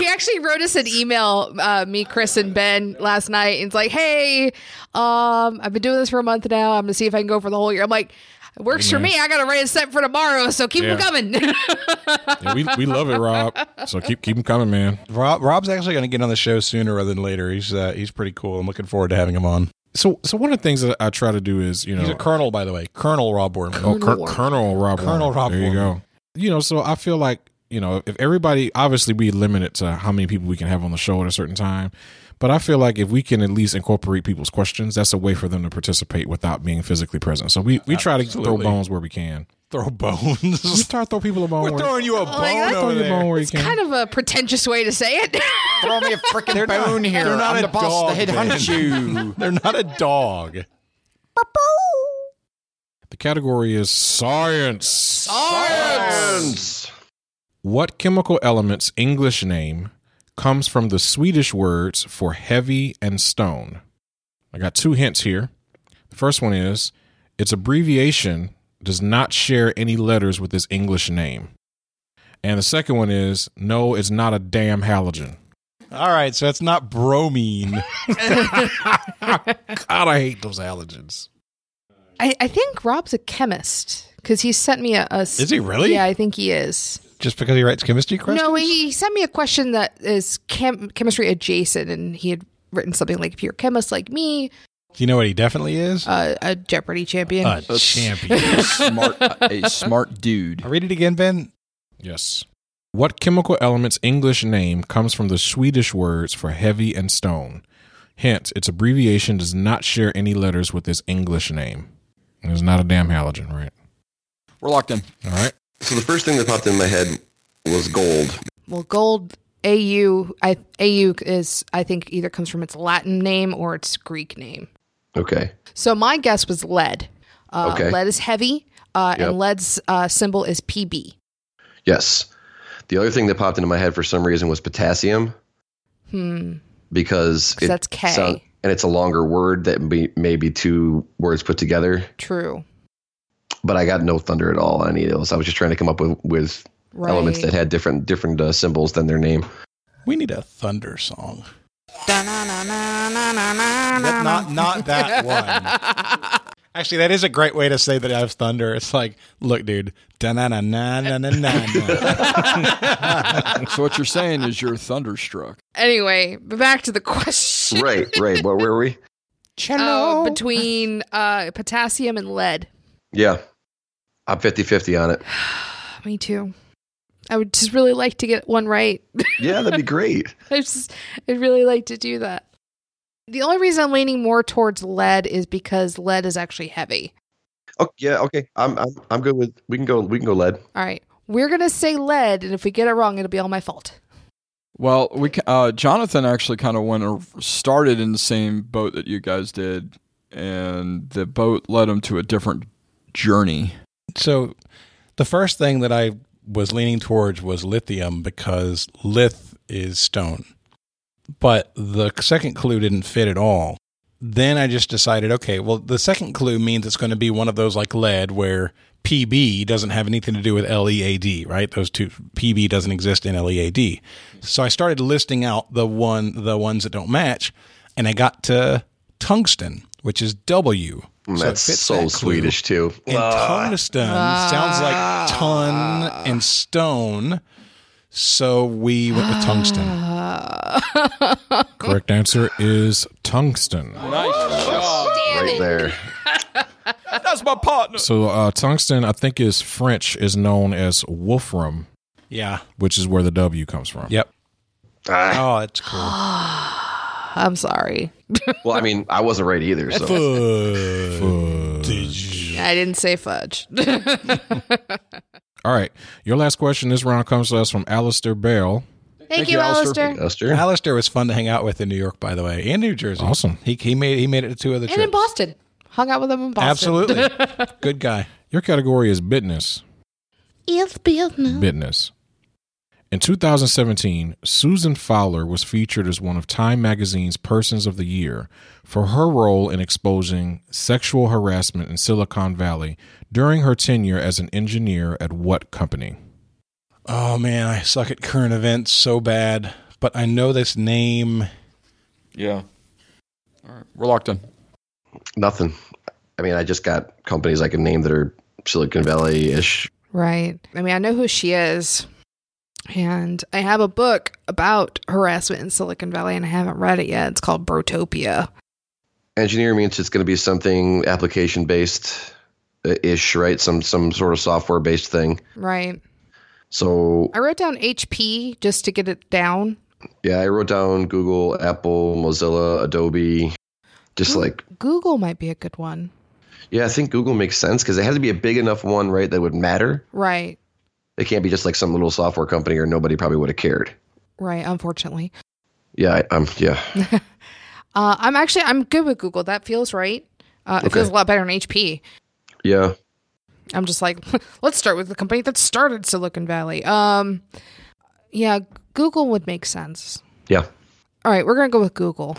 he actually wrote us an email, uh, me, Chris, and Ben last night. And it's like, hey, um, I've been doing this for a month now. I'm gonna see if I can go for the whole year. I'm like, it works for me. I gotta write a set for tomorrow, so keep Yeah. them coming. Yeah, we, we love it, Rob. So keep keep 'em coming, man. Rob, Rob's actually going to get on the show sooner rather than later. He's uh, he's pretty cool. I'm looking forward to having him on. So so one of the things that I try to do is, you know, He's a colonel, by the way. Colonel Rob Worman. Oh, Col- Warren. Oh. Colonel Rob. Colonel Warren. Rob There you Warren. go. You know, so I feel like you know, if everybody, obviously, we limit it to how many people we can have on the show at a certain time. But I feel like if we can at least incorporate people's questions, that's a way for them to participate without being physically present. So we, we try to throw Absolutely. bones where we can. Throw We bones. try to throw people a bone. We're where, throwing you a bone that's- over you a bone there. where you it's can. kind of a pretentious way to say it. Throw me a freaking bone here. They're not I'm a the boss. dog. the head man. hunts you. They're not a dog. the category is science. Science. Science! What chemical element's English name comes from the Swedish words for heavy and stone. I got two hints here. The first one is its abbreviation does not share any letters with its English name. And the second one is no, it's not a damn halogen. All right, so it's not bromine. God, I hate those halogens. I, I think Rob's a chemist because he sent me a, a s- Is he really? Yeah, I think he is. Just because he writes chemistry questions? No, he sent me a question that is chem- chemistry adjacent, and he had written something like, "If you're a chemist like me, Do you know what he definitely is? uh, a Jeopardy champion." a champion. smart, a smart dude. Read it again, Ben. Yes. What chemical element's English name comes from the Swedish words for heavy and stone? Hence, its abbreviation does not share any letters with its English name. And it's not a damn halogen, right? We're locked in. All right. So the first thing that popped in my head was gold. Well, gold AU I, AU is I think either comes from its Latin name or its Greek name. Okay. So my guess was lead. Uh, Okay. Lead is heavy, uh, Yep. and lead's uh, symbol is PB. Yes. The other thing that popped into my head for some reason was potassium Hmm. because 'Cause that's K. and it's a longer word that be, may be two words put together. True. But I got no thunder at all on any of those. I was just trying to come up with, with Right. elements that had different different uh, symbols than their name. We need a thunder song. That- not not that one. Actually, that is a great way to say that I have thunder. It's like, look, dude. Oh. Da-na-na-na-na-na-na. So what you're saying is you're thunderstruck. anyway, but back to the question. right, right. Where were we? Uh, between uh, potassium and lead. Yeah. I'm 50-50 on it. Uh, Me too. I would just really like to get one right. Yeah, that'd be great. I just, I'd really like to do that. The only reason I'm leaning more towards lead is because lead is actually heavy. Oh, yeah, okay. I'm, I'm I'm good with we can go we can go lead. All right. We're going to say lead, and if we get it wrong, it'll be all my fault. Well, we ca- uh, Jonathan actually kind of went or started in the same boat that you guys did, and the boat led him to a different journey. so, the first thing that I was leaning towards was lithium because lith is stone. But the second clue didn't fit at all. Then I just decided, okay, well, the second clue means it's going to be one of those like lead where PB doesn't have anything to do with LEAD, right? Those two PB doesn't exist in LEAD. So I started listing out the one the ones that don't match, and I got to tungsten, which is W. Mm, So it That's fits so that clue. Swedish too. Ah, And tungsten sounds like ton and stone. So we went with tungsten. Correct answer is tungsten. right there. That's my partner. So, uh, tungsten, I think, is French, is known as wolfram, Yeah. which is where the W comes from. Yep. Ah, Oh, that's cool. I'm sorry. Well, I mean, I wasn't right either. So Uh, I didn't say fudge. All right. Your last question this round comes to us from Alistair Bell. Thank you, Alistair. Esther, Alistair was fun to hang out with in New York, by the way, and New Jersey. Awesome. He he made he made it to two other And in trips. Boston. Hung out with him in Boston. Absolutely. Good guy. Your category is business. It's business. Business. In 2017, Susan Fowler was featured as one of Time magazine's Persons of the Year for her role in exposing sexual harassment in Silicon Valley during her tenure as an engineer at what company? Oh man, I suck at current events so bad, but I know this name. Yeah. We're locked in. nothing. I mean, I just got companies I can name that are Silicon Valley ish. Right. I mean, I know who she is. And I have a book about harassment in Silicon Valley, and I haven't read it yet. It's called Brotopia. Engineer means it's going to be something application based ish, right? Some some sort of software based thing. Right. So I wrote down HP just to get it down. yeah, I wrote down Google, Apple, Mozilla, Adobe. Just Goo- like Google might be a good one. yeah, I think Google makes sense because it had to be a big enough one, right? That would matter. Right. It can't be just like some little software company or nobody probably would have cared. Right. Unfortunately. Yeah, I, um, yeah. Uh, I'm actually I'm good with Google. That feels right. Uh, It Okay. feels a lot better than HP. Yeah. I'm just like, let's start with the company that started Silicon Valley. Um, yeah, Google would make sense. Yeah. All right, we're going to go with Google.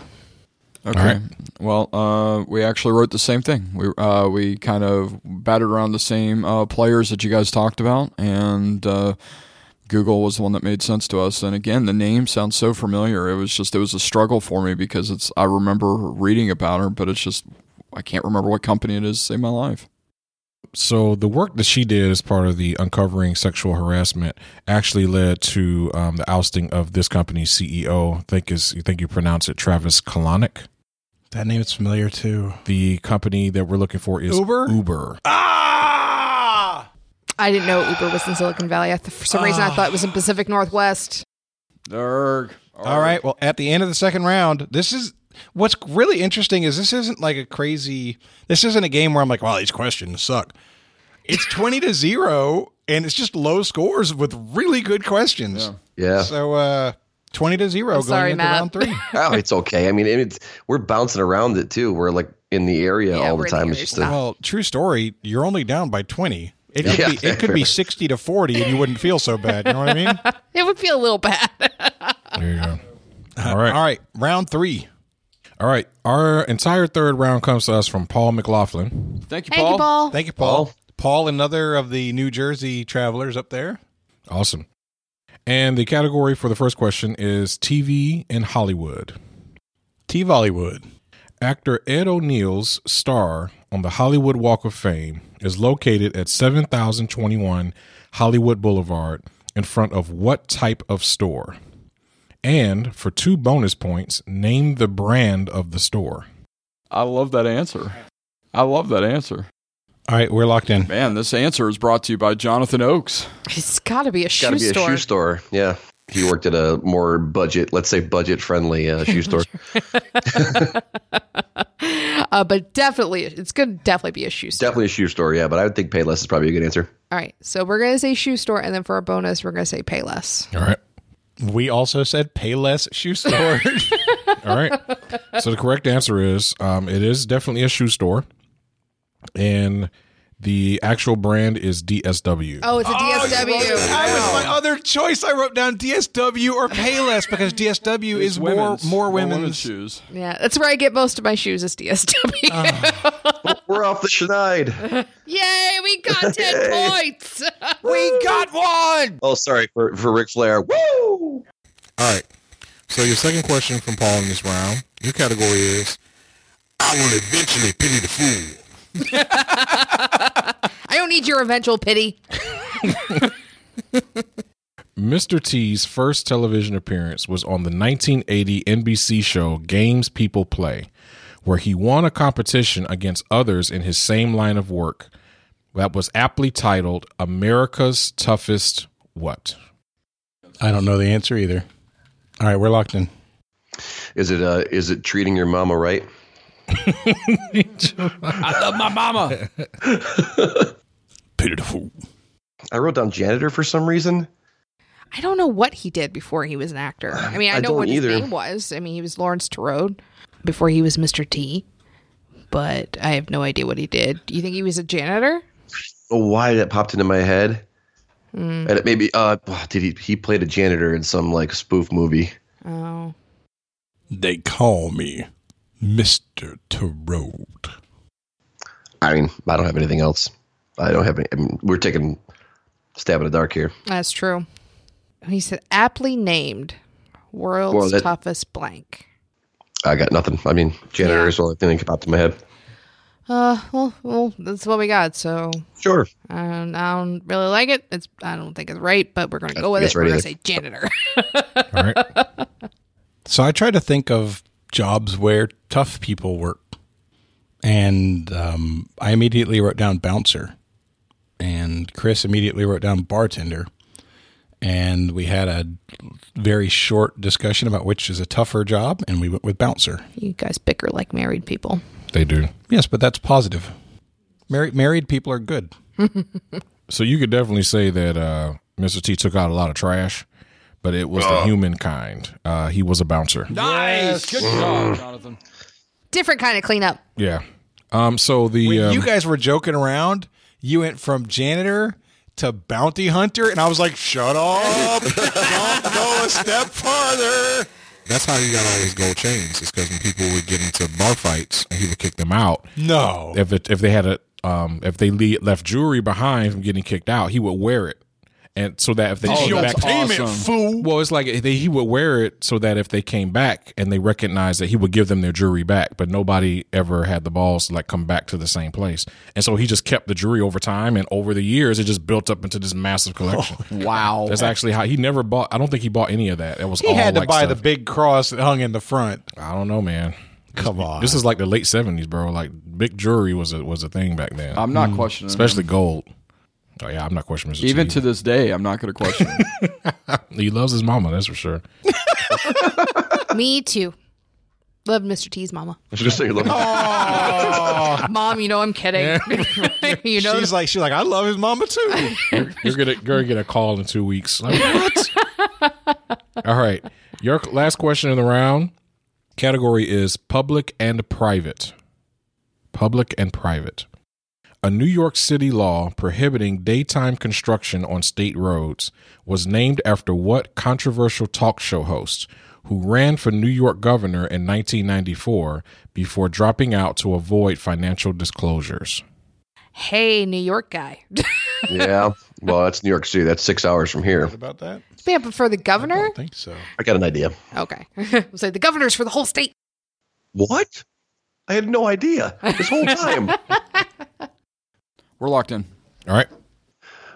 Okay. Well, uh, we actually wrote the same thing. We uh, we kind of batted around the same uh, players that you guys talked about, and uh, Google was the one that made sense to us. And again, the name sounds so familiar. It was just it was a struggle for me because it's I remember reading about her, but it's just I can't remember what company it is to save my life. So the work that she did as part of the uncovering sexual harassment actually led to um, the ousting of this company's CEO. I think is you think you pronounce it Travis Kalanick. That name is familiar too. The company that we're looking for is Uber? Uber. I didn't know Uber was in Silicon Valley. I th- for some reason, I thought it was in Pacific Northwest. Erg. All right. Well, at the end of the second round, this is what's really interesting is this isn't like a crazy. This isn't a game where I'm like, "Wow, these questions suck." It's twenty to zero, and it's just low scores with really good questions. Yeah. So uh, twenty to 0 going sorry, into Matt. round three. oh, it's okay. I mean, and it's we're bouncing around it too. We're like in the area Yeah, all we're in the the time. area. It's just a, well, true story. You're only down by twenty. It could Yeah. be it could be sixty to forty, and you wouldn't feel so bad. You know what I mean? It would feel a little bad. There you go. All right. All right, round three. All right. Our entire third round comes to us from Paul McLaughlin. Thank you, Thank you, Paul. Thank you, Paul. Paul, another of the New Jersey travelers up there. Awesome. And the category for the first question is TV in Hollywood. E. T Bollywood. Actor Ed O'Neill's star on the Hollywood Walk of Fame is located at 7021 Hollywood Boulevard in front of what type of store? And for two bonus points, name the brand of the store. I love that answer. I love that answer. All right, we're locked in. Man, this answer is brought to you by Jonathan Oaks. It's got to be a shoe gotta be a store. shoe store. Yeah. He worked at a more budget, let's say budget friendly uh, shoe store. uh, but definitely, it's going to definitely be a shoe store. Definitely a shoe store. Yeah. But I would think Payless is probably a good answer. All right, so we're going to say shoe store, and then for our bonus, we're going to say pay less. All right. We also said Payless Shoe Store. All right. So the correct answer is um, it is definitely a shoe store. And the actual brand is DSW. Oh, it's a DSW. that was my other choice. I wrote down DSW or Payless because DSW is Women's- more more women's. shoes. Yeah, that's where I get most of my shoes is DSW. We're off the Schneid. Yay, we got 10 points. we got one. Oh, sorry for, for Ric Flair. Woo! All right. So your second question from Paul in this round, your category is I will eventually pity the fool. I don't need your eventual pity. Mr. T's first television appearance was on the 1980 NBC show Games People Play, where he won a competition against others in his same line of work that was aptly titled America's Toughest What? I don't know the answer either. All right, we're locked in. Is it uh is it treating your mama right? I love my mama. Beautiful. I wrote down janitor for some reason. I don't know what he did before he was an actor. I mean, I, I know don't what his either. name was. I mean, he was Lawrence Terode before he was Mr. T, but I have no idea what he did. Do you think he was a janitor? Oh, why that popped into my head. Hmm. And it maybe uh did he he played a janitor in some like spoof movie. Oh. They call me Mister Tarot. I mean, I don't have anything else. I don't have any. I mean, we're taking stab in the dark here. That's true. He said, aptly named world's Well, that- toughest blank. I got nothing. I mean, janitor Yeah. is the only thing that popped in my head. Uh, well, well, that's what we got. So Sure. um, I don't really like it. It's I don't think it's right, but we're gonna go with think it. it's We're right gonna either. say janitor. All right. So I tried to think of jobs where tough people work, and um, I immediately wrote down bouncer, and Chris immediately wrote down bartender, and we had a very short discussion about which is a tougher job, and we went with bouncer. you guys bicker like married people. they do. Yes, but that's positive. Married married people are good. So you could definitely say that uh, Mr. T took out a lot of trash, but it was the human kind. Uh, he was a bouncer. Nice. Good job, Jonathan. Different kind of cleanup. Yeah. Um. So the um, You guys were joking around. You went from janitor to bounty hunter, and I was like, "Shut up." Don't go a step farther. That's how he got all his gold chains. Is because when people would get into bar fights, and he would kick them out. No. If it, if they had a um, if they le- left jewelry behind from getting kicked out, he would wear it, and so that if they came Your back, Oh, that's payment, awesome. fool. Well, it's like they, he would wear it so that if they came back and they recognized that he would give them their jewelry back, but nobody ever had the balls to like come back to the same place, and so he just kept the jewelry over time, and over the years it just built up into this massive collection. Wow. That's actually how he never bought. I don't think he bought any of that. That was He all had to like buy stuff. the big cross that hung in the front. I don't know, man. Come on. This is like the late seventies, bro. Like big jewelry was a was a thing back then, I'm not questioning. him. especially gold. Oh yeah, I'm not questioning Mr. Even T. to this day, I'm not going to question. him. he loves his mama, that's for sure. Me too. Love Mr. T's mama. I was just saying, look, Mom, you know I'm kidding. you know, she's like she's like I love his mama too. You're gonna, you're gonna get a call in two weeks. Like, what? All right. Your last question in the round category is public and private. Public and private. A New York City law prohibiting daytime construction on state roads was named after what controversial talk show host who ran for New York governor in 1994 before dropping out to avoid financial disclosures? hey, New York guy. yeah. Well, that's New York City. That's six hours from here. About that? yeah, but for the governor? think so. I got an idea. Okay. I was like, the governor's for the whole state. What? I had no idea this whole time. We're locked in. All right.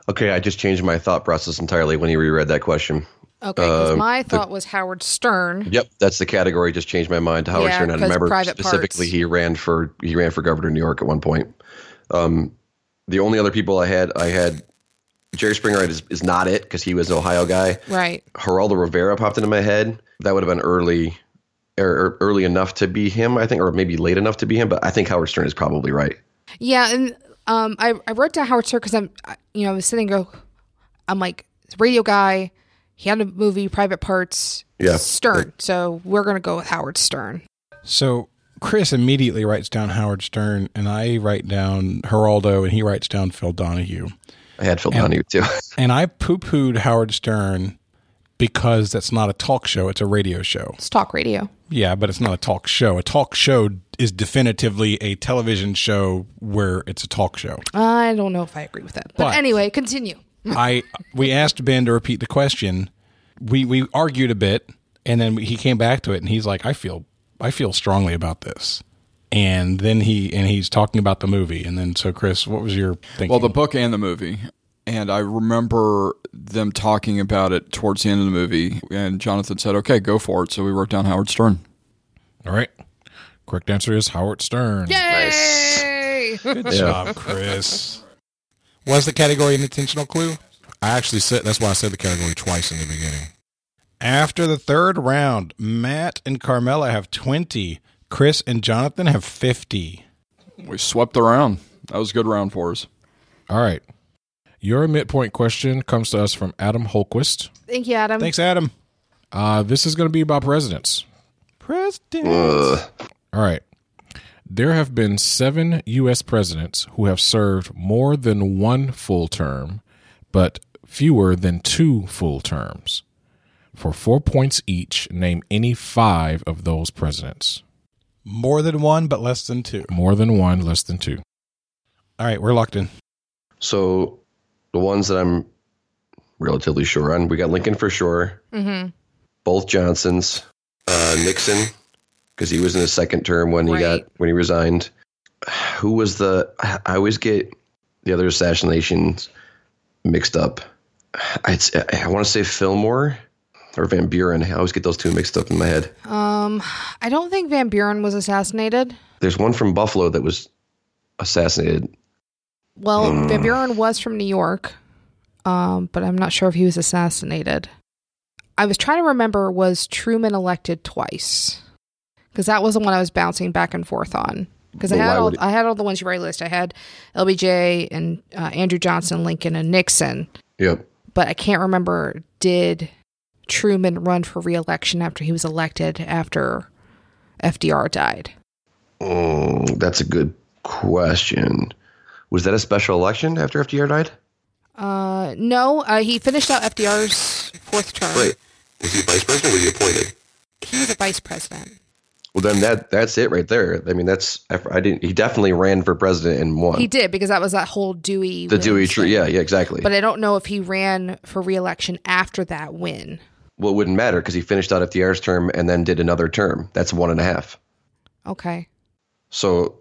okay, I just changed my thought process entirely when he reread that question. Okay, because Uh, my the- thought was Howard Stern. Yep, that's the category. Just changed my mind to Howard Yeah, Stern. I 'cause remember private specifically parts. he ran for he ran for governor of New York at one point. Um, the only other people I had I had Jerry Springer is, is not it because he was an Ohio guy. Right. Geraldo Rivera popped into my head. That would have been early, or, or early enough to be him, I think, or maybe late enough to be him. But I think Howard Stern is probably right. Yeah, and um, I, I wrote down Howard Stern because I'm, I- you know, I was sitting there go, I'm like, it's a radio guy. He had a movie, Private Parts. Yeah. Stern. So we're gonna go with Howard Stern. So Chris immediately writes down Howard Stern, and I write down Geraldo, and he writes down Phil Donahue. I had Phil And- Donahue too. And I poo pooed Howard Stern because that's not a talk show; it's a radio show. It's talk radio. Yeah, but it's not a talk show. A talk show is definitively a television show where it's a talk show. I don't know if I agree with that, but, But- anyway, continue. I we asked Ben to repeat the question. We we argued a bit, and then he came back to it, and he's like, "I feel I feel strongly about this." And then he and he's talking about the movie, and then so Chris, what was your thinking? Well, the book and the movie. And I remember them talking about it towards the end of the movie. And Jonathan said, okay, go for it. So we wrote down Howard Stern. All right. Correct answer is Howard Stern. Yay! good job, Chris. Was the category an intentional clue? I actually said that's why I said the category twice in the beginning. After the third round, Matt and Carmela have twenty. Chris and Jonathan have fifty. We swept the round. That was a good round for us. All right. Your midpoint question comes to us from Adam Holquist. Thank you, Adam. Thanks, Adam. Uh, this is going to be about presidents. President. All right. There have been seven U.S. presidents who have served more than one full term, but fewer than two full terms. For four points each, name any five of those presidents. More than one, but less than two. More than one, less than two. All right, we're locked in. So the ones that I'm relatively sure on, we got Lincoln for sure. Mm-hmm. both Johnsons, uh, Nixon, because he was in his second term when he Right. got when he resigned. Who was the? I always get the other assassinations mixed up. I'd, s- I want to say Fillmore or Van Buren. I always get those two mixed up in my head. Um, I don't think Van Buren was assassinated. There's one from Buffalo that was assassinated. Well, Van Buren was from New York, um, but I'm not sure if he was assassinated. I was trying to remember was Truman elected twice? Because that was the one I was bouncing back and forth on. Because I But had why all would it- I had all the ones you already listed. I had LBJ and uh, Andrew Johnson, Lincoln, and Nixon, Yep. but I can't remember did Truman run for reelection after he was elected after FDR died. Mm, that's a good question. Was that a special election after FDR died? Uh, no, uh, he finished out FDR's fourth term. Right. Was he vice president or was he appointed? He was a vice president. Well, then that that's it right there. I mean, that's I, I didn't. He definitely ran for president and won. He did because that was that whole Dewey. the Dewey wins Tree. thing. Yeah, yeah, exactly. But I don't know if he ran for reelection after that win. well, it wouldn't matter because he finished out FDR's term and then did another term. That's one and a half. Okay. So,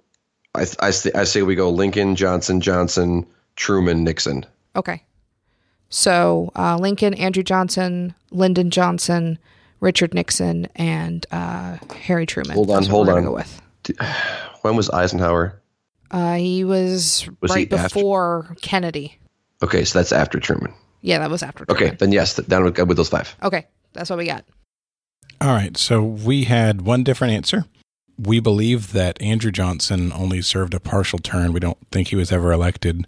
I I, s- I say we go Lincoln, Johnson, Johnson, Truman, Nixon. Okay. So uh, Lincoln, Andrew Johnson, Lyndon Johnson, Richard Nixon, and uh, Harry Truman. Hold on, That's what we're hold gonna on. Go with. D- When was Eisenhower? Uh, he was, Was right he after- before Kennedy. Okay, so that's after Truman. Yeah, that was after. Okay, Truman. then yes, th- down with, with those five. Okay, that's what we got. All right, so we had one different answer. We believe that Andrew Johnson only served a partial term. We don't think he was ever elected.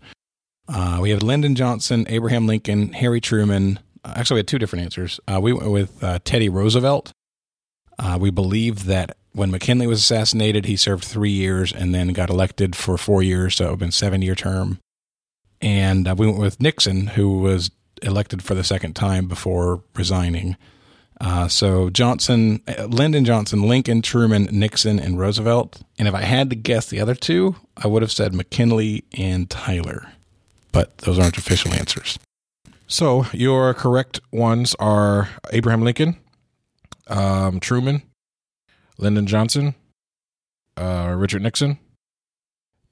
Uh, we have Lyndon Johnson, Abraham Lincoln, Harry Truman. Uh, actually, we had two different answers. Uh, we went with uh, Teddy Roosevelt. Uh, we believe that when McKinley was assassinated, he served three years and then got elected for four years, so it would have been a seven year term. And uh, we went with Nixon, who was elected for the second time before resigning. Uh, so Johnson, uh, Lyndon Johnson, Lincoln, Truman, Nixon, and Roosevelt. And if I had to guess the other two, I would have said McKinley and Tyler. But those aren't official answers. So your correct ones are Abraham Lincoln, um, Truman, Lyndon Johnson, uh, Richard Nixon,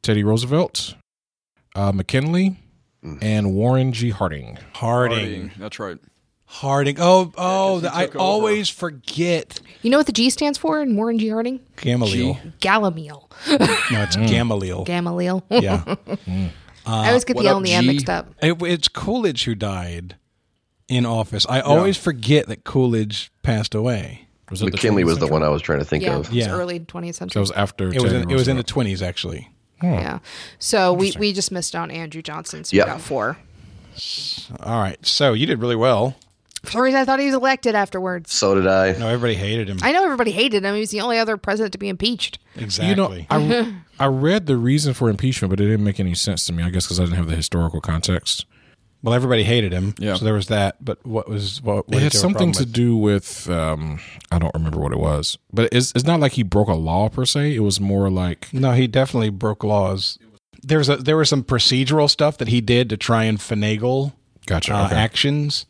Teddy Roosevelt, uh, McKinley, and Warren G. Harding. Harding. That's right. Harding. Oh, oh, Yeah, 'cause he I took over. always forget. You know what the G stands for in Warren G. Harding? Gamaliel. Galamiel. No, Mm. it's Gamaliel. Gamaliel. Yeah. I always get what the L up, and the M G? mixed up. It, it's Coolidge who died in office. I always forget that Coolidge passed away. Was it the McKinley Truman was the Center? one I was trying to think Yeah, of. it's Yeah. early 20th That century. was after. It was Teddy in, it was in the Roosevelt. 20s actually. yeah. So we, we just missed on Andrew Johnson. So Yep. we got four. All right. So you did really well. For some reason, I thought he was elected afterwards. So did I. No, everybody hated him. I know everybody hated him. He was the only other president to be impeached. exactly. You know, I, I read the reason for impeachment, but it didn't make any sense to me. I guess because I didn't have the historical context. Well, everybody hated him. Yeah. So there was that. But what was what? what It is had there a something problem to with? do with um, I don't remember what it was, but it's it's not like he broke a law per se. It was more like No, he definitely broke laws. There was a, there was some procedural stuff that he did to try and finagle gotcha. uh, okay. actions.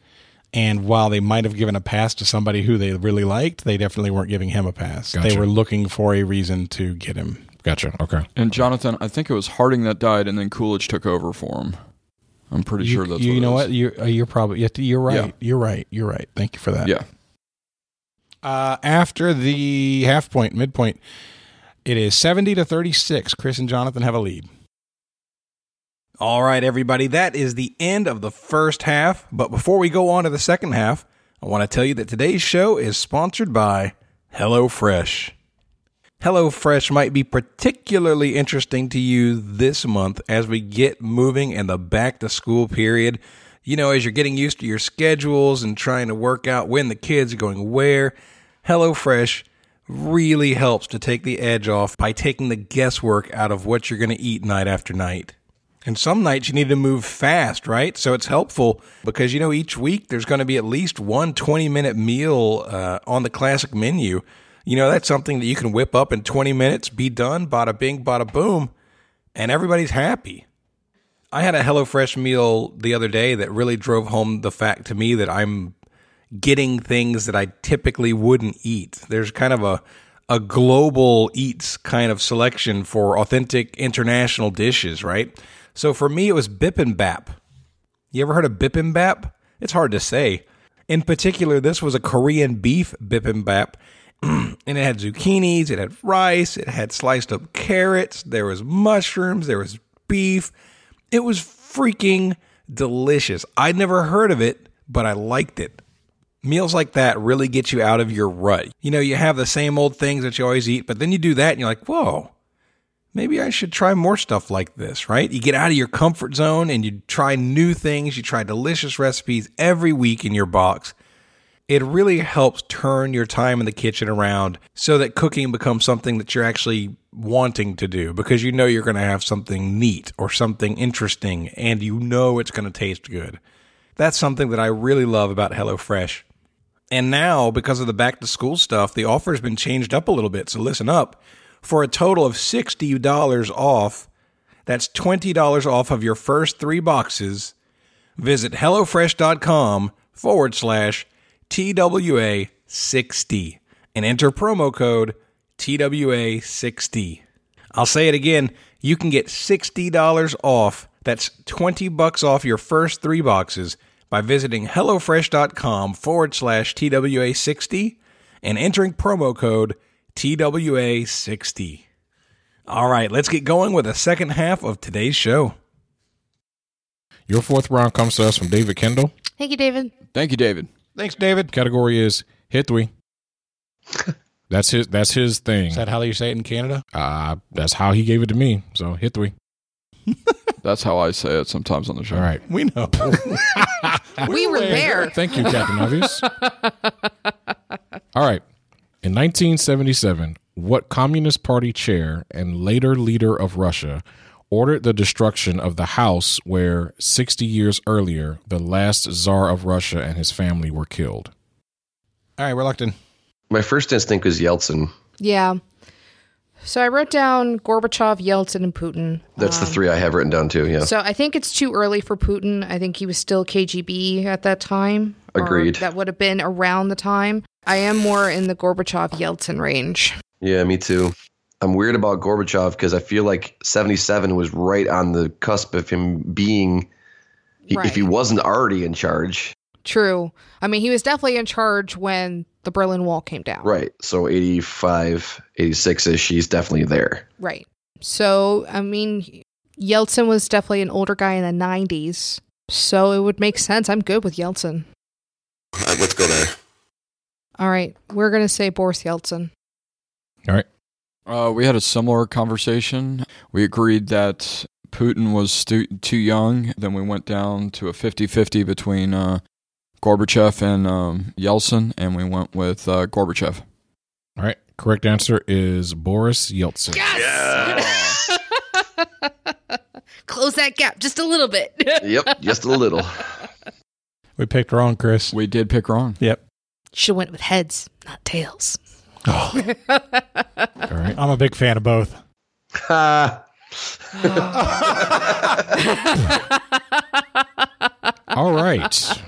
And while they might have given a pass to somebody who they really liked, they definitely weren't giving him a pass. They Gotcha. were looking for a reason to get him. Gotcha. Okay. And Jonathan, I think it was Harding that died, and then Coolidge took over for him. I'm pretty you sure that's you what it know is. what you're uh, you're probably you're, you're right. Yeah. You're right. You're right. Thank you for that. Yeah. Uh, after the half point, midpoint, it is 70 to 36. Chris and Jonathan have a lead. All right, everybody, that is the end of the first half. But before we go on to the second half, I want to tell you that today's show is sponsored by HelloFresh. HelloFresh might be particularly interesting to you this month as we get moving in the back to school period. You know, as you're getting used to your schedules and trying to work out when the kids are going where, HelloFresh really helps to take the edge off by taking the guesswork out of what you're going to eat night after night. And some nights you need to move fast, right? So it's helpful because you know each week there's going to be at least one 20 minute meal uh, on the classic menu. You know, that's something that you can whip up in 20 minutes, be done, bada bing, bada boom, and everybody's happy. I had a HelloFresh meal the other day that really drove home the fact to me that I'm getting things that I typically wouldn't eat. There's kind of a a global eats kind of selection for authentic international dishes, right? So for me, it was bibimbap. You ever heard of bibimbap? It's hard to say. In particular, this was a Korean beef bibimbap, and it had zucchinis, it had rice, it had sliced up carrots, there was mushrooms, there was beef. It was freaking delicious. I'd never heard of it, but I liked it. Meals like that really get you out of your rut. You know, you have the same old things that you always eat, but then you do that and you're like, whoa, maybe I should try more stuff like this, right? You get out of your comfort zone and you try new things. You try delicious recipes every week in your box. It really helps turn your time in the kitchen around so that cooking becomes something that you're actually wanting to do because you know you're going to have something neat or something interesting and you know it's going to taste good. That's something that I really love about HelloFresh. And now, because of the back to school stuff, the offer's been changed up a little bit. So listen up. For a total of $60 off, that's $20 off of your first three boxes. Visit HelloFresh.com forward slash TWA60 and enter promo code TWA60. I'll say it again. You can get $60 off. That's 20 bucks off your first three boxes by visiting HelloFresh.com forward slash TWA60 and entering promo code TWA60. All right, let's get going with the second half of today's show. Your fourth round comes to us from David Kendall. Thank you, David. Thank you, David. Thanks, David. Category is hit three. That's his. That's his thing. Is that how you say it in Canada? Uh, that's how he gave it to me. So hit three. That's how I say it sometimes on the show. All right. We know. We were there. Thank you, Captain Obvious. All right. In 1977, what Communist Party chair and later leader of Russia ordered the destruction of the house where, 60 years earlier, the last Tsar of Russia and his family were killed? All right, we're locked in. My first instinct was Yeltsin. Yeah. So I wrote down Gorbachev, Yeltsin, and Putin. Um, That's the three I have written down too. Yeah. So I think it's too early for Putin. I think he was still KGB at that time. or Agreed. That would have been around the time. I am more in the Gorbachev Yeltsin range. Yeah, me too. I'm weird about Gorbachev because I feel like 77 was right on the cusp of him being, he- if he Right. wasn't already in charge. True. I mean, he was definitely in charge when the Berlin Wall came down. Right. So 85, 86 ish, he's definitely there. Right. So, I mean, Yeltsin was definitely an older guy in the 90s. So it would make sense. I'm good with Yeltsin. All right, let's go there. All right. We're going to say Boris Yeltsin. All right. Uh, we had a similar conversation. We agreed that Putin was stu- too young. Then we went down to a 50 50 between uh, Gorbachev and um, Yeltsin, and we went with uh, Gorbachev. All right. Correct answer is Boris Yeltsin. Yes! Close that gap just a little bit. Yep. just a little. We picked wrong, Chris. We did pick wrong. Yep. Should have went with heads, not tails. All right. I'm a big fan of both. Ha. All right.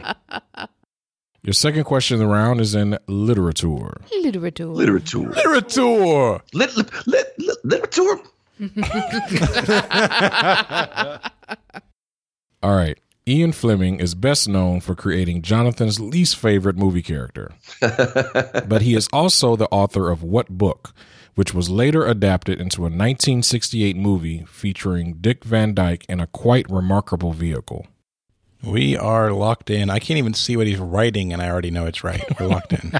Your second question of the round is in literature. Literature. literature. Literature. Lit, lit, lit, lit, literature. All right. Ian Fleming is best known for creating Jonathan's least favorite movie character, but he is also the author of What Book, which was later adapted into a 1968 movie featuring Dick Van Dyke in a quite remarkable vehicle. We are locked in. I can't even see what he's writing, and I already know it's right. We're locked in.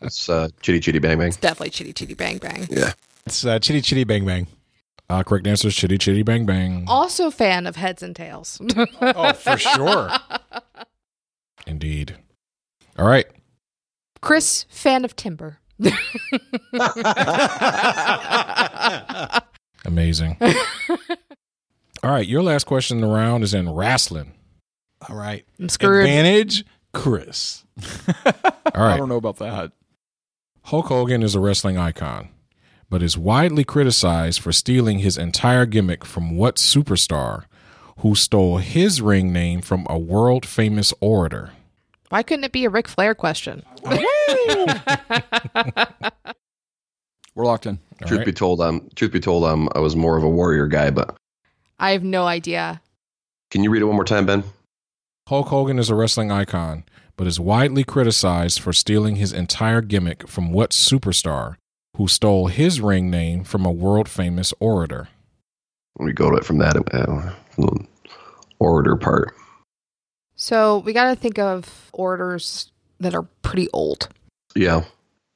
That's uh, Chitty Chitty Bang Bang. Definitely chitty chitty bang bang. Yeah. It's uh, Chitty Chitty Bang Bang. Uh, correct answer is Chitty Chitty Bang Bang. Also, fan of heads and tails. Oh, for sure. Indeed. All right. Chris, fan of timber. Amazing. All right. Your last question in the round is in wrestling. All right. I'm screwed. Advantage, Chris. All I right. don't know about that. Hulk Hogan is a wrestling icon, but is widely criticized for stealing his entire gimmick from what superstar who stole his ring name from a world famous orator? Why couldn't it be a Ric Flair question? We're locked in. All truth right. be told, um, truth be told, um, I was more of a warrior guy, but I have no idea. can you read it one more time, Ben? Hulk Hogan is a wrestling icon, but is widely criticized for stealing his entire gimmick from what superstar who stole his ring name from a world famous orator? Let me go to it from that uh, from the orator part. So we got to think of orders that are pretty old. Yeah.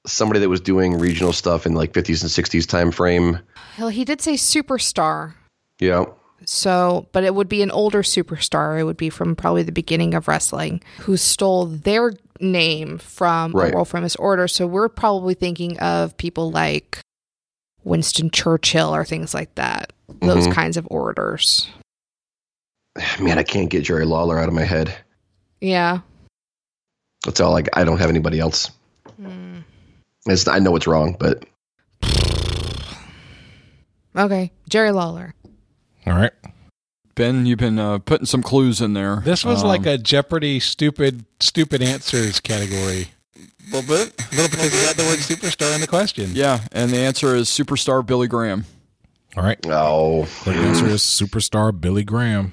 Somebody that was doing regional stuff in like 50s and 60s time frame. Well, he did say superstar. Yeah. So, but it would be an older superstar. It would be from probably the beginning of wrestling who stole their name from Right. a world famous order. So we're probably thinking of people like Winston Churchill or things like that. Those Mhm. kinds of orators. Man, I can't get Jerry Lawler out of my head. Yeah. That's all. Like I don't have anybody else. It's, I know it's wrong, but Okay, Jerry Lawler. All right. Ben, you've been uh, putting some clues in there. This was Um, like a Jeopardy stupid stupid answers category. A little bit. Little because he had the word superstar in the question. yeah, and the answer is superstar Billy Graham. All right. no, The answer is superstar Billy Graham.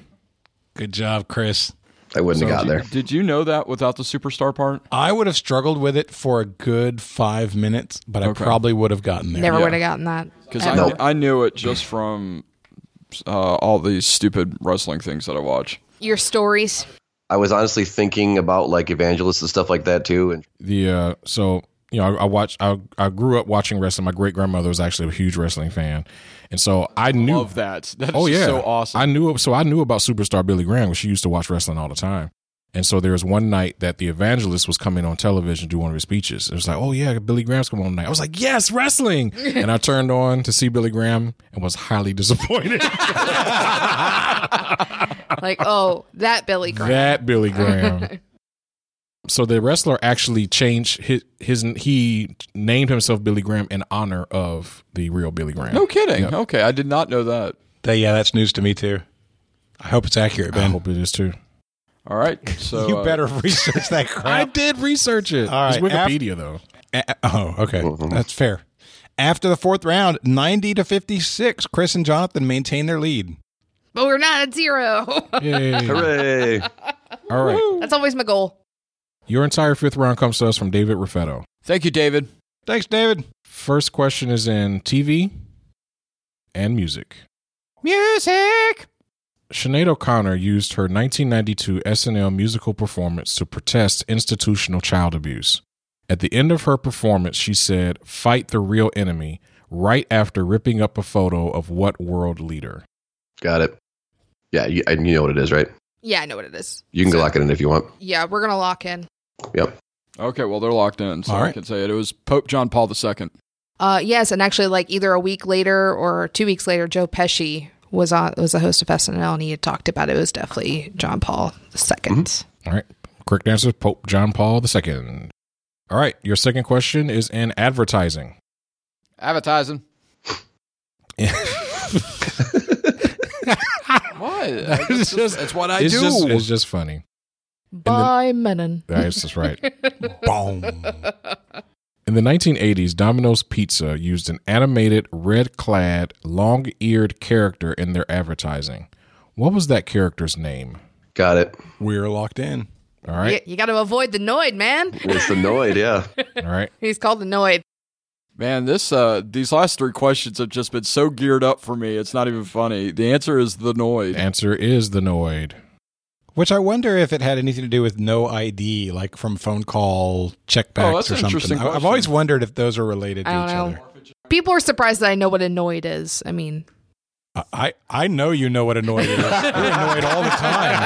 Good job, Chris. I wouldn't have got there. Did you know that without the superstar part? I would have struggled with it for a good five minutes, but I Okay. probably would have gotten there. Never Yeah. would have gotten that. Because ever. I, Nope. I knew it just from uh, all these stupid wrestling things that I watch. your stories. I was honestly thinking about like evangelists and stuff like that too. And the uh so you know I, I watch I I grew up watching wrestling. My great grandmother was actually a huge wrestling fan, and so I knew Love that. That's oh yeah, so awesome. I knew so I knew about superstar Billy Graham because she used to watch wrestling all the time. And so there was one night that the evangelist was coming on television to do one of his speeches. It was like, oh yeah, Billy Graham's coming on tonight. I was like, yes, wrestling. and I turned on to see Billy Graham and was highly disappointed. Like, oh, that Billy Graham. That Billy Graham. so the wrestler actually changed his, his he named himself Billy Graham in honor of the real Billy Graham. no kidding. Okay, I did not know that. That- yeah, that's news to me too. I hope it's accurate, I Ben. hope it is too. All right. So you uh, better research that I crap. did research it. All it's right, af- Wikipedia though. A- oh, okay. That's fair. After the fourth round, 90 to 56, Chris and Jonathan maintain their lead. But we're not at zero. Yay. hooray! All right. That's always my goal. Your entire fifth round comes to us from David Raffetto. Thank you, David. Thanks, David. First question is in TV and music. Music. Sinead O'Connor used her 1992 SNL musical performance to protest institutional child abuse. At the end of her performance, she said, Fight the real enemy, right after ripping up a photo of what world leader? Got it. Yeah, you, and you know what it is, right? Yeah, I know what it is. You can go lock it in if you want. Yeah, we're gonna lock in. Yep. Okay, well they're locked in, so All I right. can say it. It was Pope John Paul II. Uh, yes, and actually, like either a week later or two weeks later, Joe Pesci was on was the host of SNL, and he had talked about it. It was definitely John Paul II. All right. Correct answer is Pope John Paul II. All right. Your second question is in advertising. Advertising. What? It's just, it's what I it's do. Just, it's just funny. By Menon. That's just right. Boom. In the 1980s, Domino's Pizza used an animated, red clad, long eared character in their advertising. What was that character's name? Got it. We're locked in. All right. You, got to avoid the Noid, man. It's the Noid, yeah. All right. He's called the Noid. Man, this uh, these last three questions have just been so geared up for me. It's not even funny. The answer is the The Noid. answer is the Noid. Which I wonder if it had anything to do with no ID, like from phone call checkbacks Oh, or that's an something. interesting I- I've question. always wondered if those are related to I don't each know. other. People are surprised that I know what a Noid is. I mean, I, I I know you know what annoyed you is. You're annoyed all the time.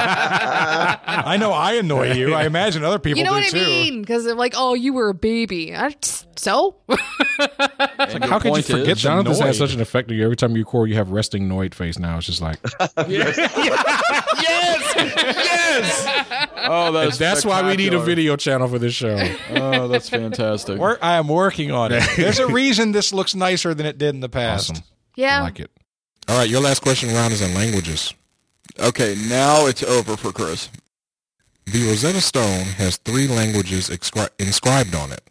I know I annoy you. I imagine other people you know do what too. I mean? Because they're like, oh, you were a baby. I, so And your how could you point is- forget that? Jonathan's had Noid. such an effect on you. Every time you record, you have resting Noid face now. It's just like, Oh, that's that's why we need a video channel for this show. Oh, that's fantastic. Work- I am working on it. There's a reason this looks nicer than it did in the past. Awesome. I yeah, like it. All right. Your last question round is in languages. Okay, now it's over for Chris. The Rosetta Stone has three languages excri- inscribed on it.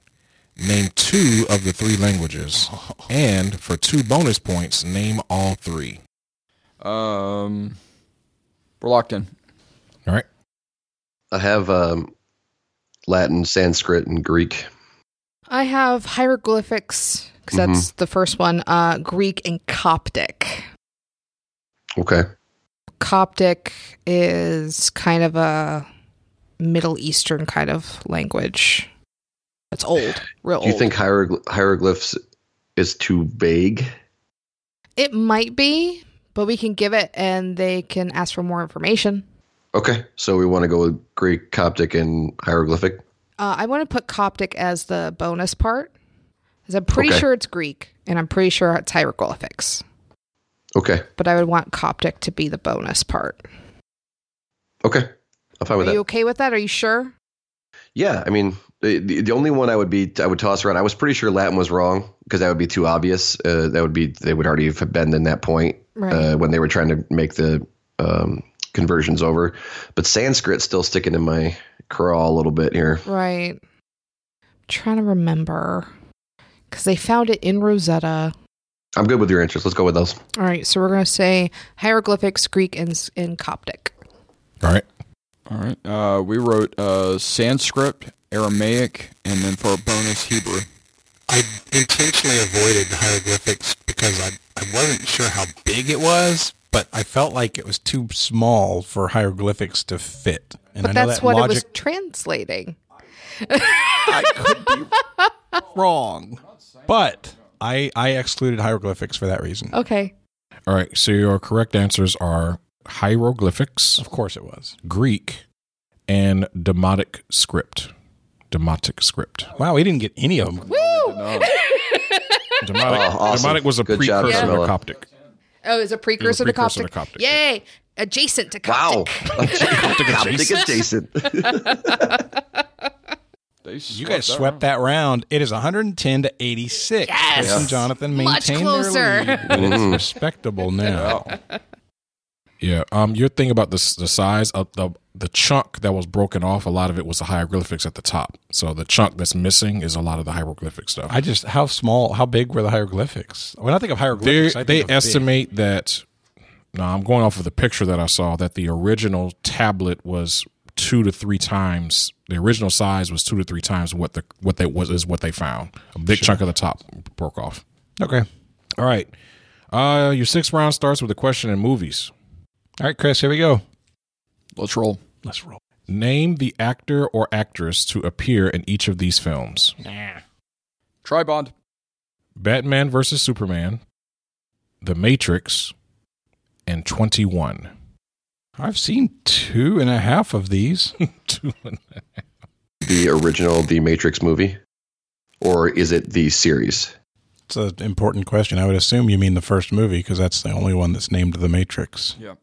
Name two of the three languages. And for two bonus points, name all three. Um, we're locked in. All right. I have um, Latin, Sanskrit, and Greek. I have hieroglyphics because that's the first one. Uh, Greek and Coptic. Okay. Coptic is kind of a Middle Eastern kind of language. It's old, real Do you old. think hierogl- hieroglyphs is too vague? it might be, but we can give it, and they can ask for more information. Okay, so we want to go with Greek, Coptic, and hieroglyphic. Uh, I want to put Coptic as the bonus part because I'm pretty Okay. sure it's Greek and I'm pretty sure it's hieroglyphics, Okay, but I would want Coptic to be the bonus part. okay, I'm fine with Are that. you okay with that? Are you sure? Yeah, I mean, the, the the only one I would be I would toss around. I was pretty sure Latin was wrong because that would be too obvious. Uh, that would be they would already have been in that point Right. uh, when they were trying to make the um, conversions over. But Sanskrit's still sticking in my craw a little bit here. Right. I'm trying to remember because they found it in Rosetta. I'm good with your interest. Let's go with those. All right, so we're gonna say hieroglyphics, Greek, and S- and Coptic. All right. All right. Uh, we wrote uh, Sanskrit, Aramaic, and then for a bonus, Hebrew. I intentionally avoided hieroglyphics because I, I wasn't sure how big it was, but I felt like it was It's too small for hieroglyphics to fit. And But I know that's that what it was logic translating. wrong. But I I excluded hieroglyphics for that reason. Okay. All right. So your correct answers are hieroglyphics, Of course it was. Greek, and Demotic script. Demotic script. Wow, we didn't get any of them. Demotic, Oh, awesome. Demotic was a Good job, precursor to Priscilla. Coptic. Oh, is a precursor, precursor to to Coptic. Coptic, Yay! Adjacent to Wow, Coptic. Coptic adjacent. They You guys swept that round. It is 110 to 86. Yes! Chris and Jonathan maintain Much closer. their lead. And it's Mm. respectable now. Yeah. Um. Your thing about the s- the size of the the chunk that was broken off, a lot of it was the hieroglyphics at the top. So the chunk that's missing is a lot of the hieroglyphic stuff. I just how small, how big were the hieroglyphics? When I think of They hieroglyphics, I think they of big. estimate that. No, I'm going off of the picture that I saw. That the original tablet was two to three times the original size was two to three times what the what they was is what they found. A big chunk of the top broke off. Okay. All right. Uh, your sixth round starts with a question in movies. All right, Chris, here we go. Let's roll. Let's roll. Name the actor or actress to appear in each of these films Tribond. Batman vs. Superman, The Matrix, and 21. I've seen two and a half of these. Two and a half. the original The Matrix movie, or is it the series? It's an important question. I would assume you mean the first movie because that's the only one that's named The Matrix. Yeah.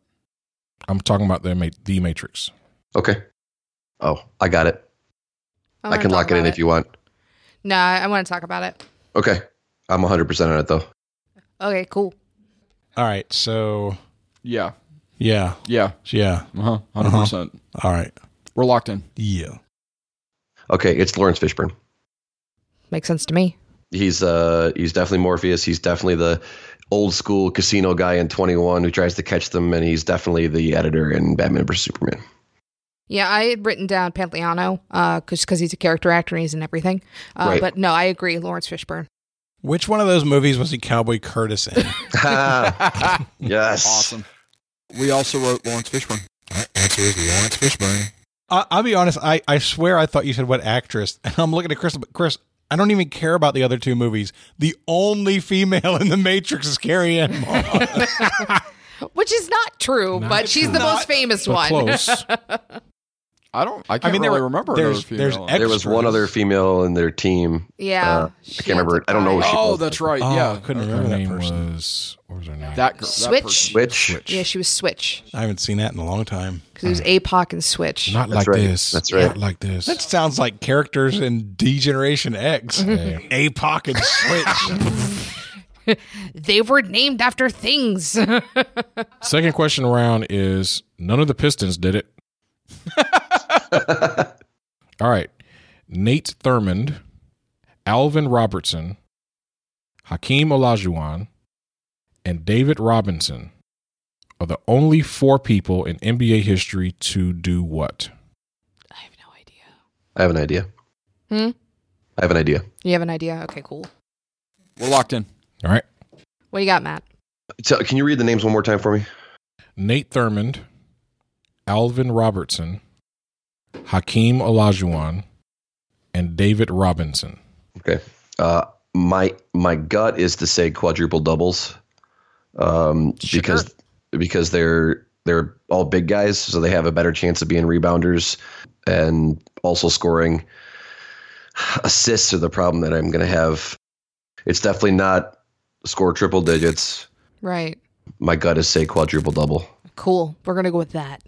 I'm talking about the, Ma- the Matrix. Okay. Oh, I got it. I I wanna can talk lock it in about if you want. No, I want to talk about it. Okay. I'm 100% on it though. Okay, cool. All right, so Yeah. yeah, Uh-huh. Yeah. yeah. Uh huh. 100%. percent All right, We're locked in. yeah. Okay, it's Lawrence Fishburne. Makes sense to me. He's uh he's definitely Morpheus. He's definitely the old school casino guy in 21 who tries to catch them and he's definitely the editor in Batman vs Superman. Yeah, I had written down Pantaleano uh, because he's a character actor and he's in everything. Uh, Right. But no, I agree. Lawrence Fishburne. Which one of those movies was he Cowboy Curtis in? Ha! yes. Awesome. We also wrote Lawrence Fishburne. Our answer is Lawrence Fishburne. I, I'll be honest. I, I swear I thought you said what actress. And I'm looking at Chris. But Chris, I don't even care about the other two movies. The only female in The Matrix is Carrie Ann Moss. Which is not true, but she's the most famous But one. close. I don't. I can't I mean, there really were- remember there's- another female. there's in it. ex- There was one other female in their team. Yeah. Uh, I She can't had remember to it. I don't know die. who she- Oh, that's right. Oh, yeah. I couldn't her remember that name person. was. What was her name? That girl. Switch? Which? Yeah, she was Switch I haven't seen that in a long time. because it was APOC and Switch. Not like That's right. this. That's right. Not like this. That sounds like characters in D Generation X. A pocket switch. they were named after things. Second question round is none of the Pistons did it. All right. Nate Thurmond, Alvin Robertson, Hakeem Olajuwon, and David Robinson are the only four people in NBA history to do what? I have no idea. I have an idea. Hmm? I have an idea. You have an idea? Okay, cool. We're locked in. All right. What do you got, Matt? So, can you read the names one more time for me? Nate Thurmond, Alvin Robertson, Hakeem Olajuwon, and David Robinson. Okay. Uh, my my gut is to say quadruple doubles, um, Sure. because because they're they're all big guys, so they have a better chance of being rebounders and also scoring. Assists are the problem that I'm going to have. It's definitely not score triple digits. Right. My gut is say quadruple double. Cool. We're gonna go with that.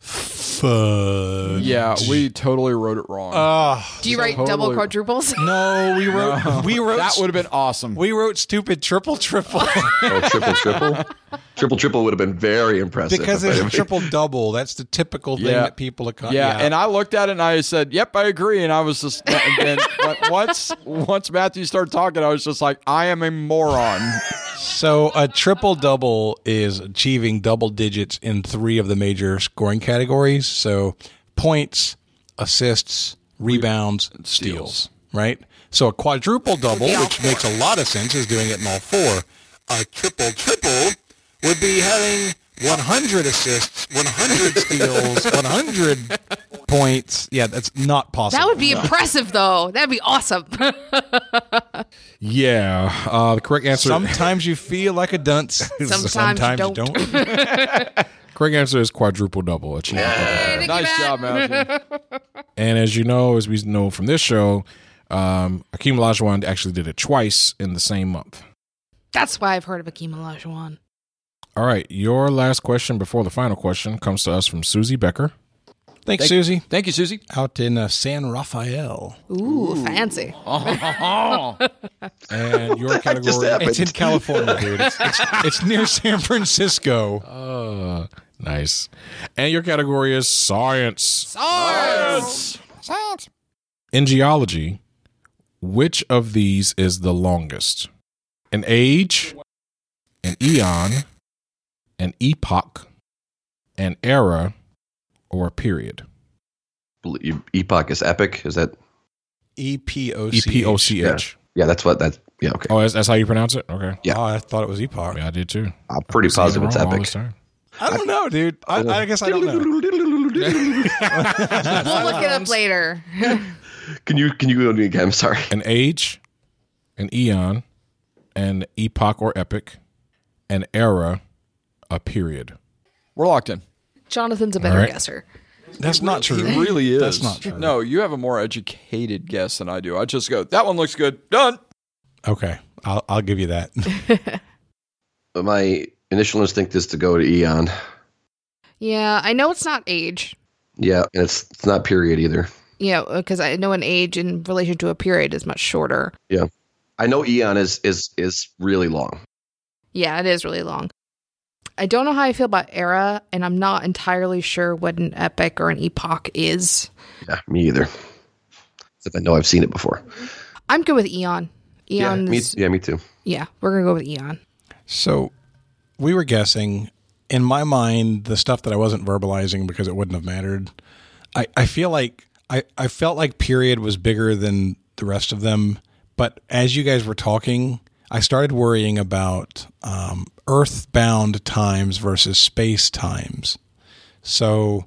fudge. Yeah, we totally wrote it wrong. Do you write double Totally- quadruples? No, Uh, we wrote No. we wrote That would have been awesome. we wrote stupid triple triple Oh, triple triple, triple triple would have been very impressive. because if it's I- triple double. That's the typical thing Yeah. that people are. con- yeah, and I looked at it and I said, "Yep, I agree." And I was just and then but once once Matthew started talking, I was just like, "I am a moron." So a triple double is achieving double digits in three of the major scoring categories. So points, assists, rebounds, steals. Right. So a quadruple double, which Which makes a lot of sense is doing it in all four. A triple triple would be having 100 assists, 100 steals, 100. points, yeah, that's not possible. That would be impressive, though. That'd be awesome. Yeah, uh, the correct answer. Sometimes you feel like a dunce. Sometimes you don't. correct answer is quadruple double. Achievement. nice job, Matthew. And as you know, as we know from this show, um, Akeem Olajuwon actually did it twice in the same month. That's why I've heard of Akeem Olajuwon. All right, your last question before the final question comes to us from Susie Becker. Thanks, Susie. Thank you, Susie. Out in uh, San Rafael. Ooh, fancy. And your just category happened? It's in California, dude. It's, it's, it's near San Francisco. uh, nice. And your category is science. Science. In geology, which of these is the longest? An age, an eon, an epoch, an era, or a period? Bel- Epoch is epic. Is that? E P O C. E P O C H. Yeah, that's what that. Yeah, okay. Oh, that's, that's how you pronounce it? Okay. Yeah. Oh, I thought it was Epoch. Yeah, I did too. I'm pretty I've seen it positive it's wrong all this epic. time. I don't know, dude. I, I guess I don't know. We'll look it up later. Can you can you go to me again? I'm sorry. An age, an eon, an epoch or epic, an era, a period. We're locked in. Jonathan's a better right. guesser. That's not true. It really is. That's not true. No, you have a more educated guess than I do. I just go, "That one looks good." Done. Okay, I'll, I'll give you that. But my initial instinct is to go to Eon. Yeah, I know it's not age. Yeah, and it's it's not period either. Yeah, because I know an age in relation to a period is much shorter. I know Eon is is is really long. Yeah, it is really long. I don't know how I feel about era, and I'm not entirely sure what an epic or an epoch is. Yeah, me either. Except I know I've seen it before. I'm good with eon. Yeah, Eon's me, yeah, me too. yeah, we're gonna go with eon. so we were guessing. In my mind, the stuff that I wasn't verbalizing because it wouldn't have mattered. I, I feel like I, I felt like period was bigger than the rest of them. But as you guys were talking, I started worrying about um, earthbound times versus space times. So,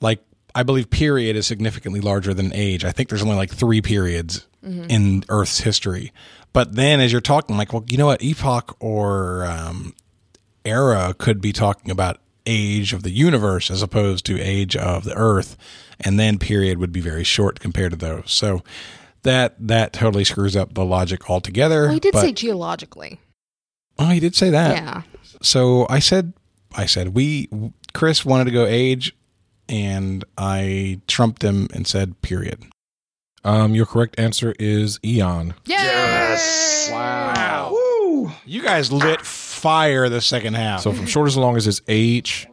like, I believe period is significantly larger than age. I think there's only like three periods in Earth's history. But then as you're talking, like, well, you know what? Epoch or um, era could be talking about age of the universe as opposed to age of the Earth. And then period would be very short compared to those. So, that that totally screws up the logic altogether. Well, Oh, he did but- say geologically. oh, he did say that yeah. so I said, I said we. Chris wanted to go age, and I trumped him and said period. Um, your correct answer is eon. Yes. Wow. You guys lit fire the second half. So from shortest to longest is age,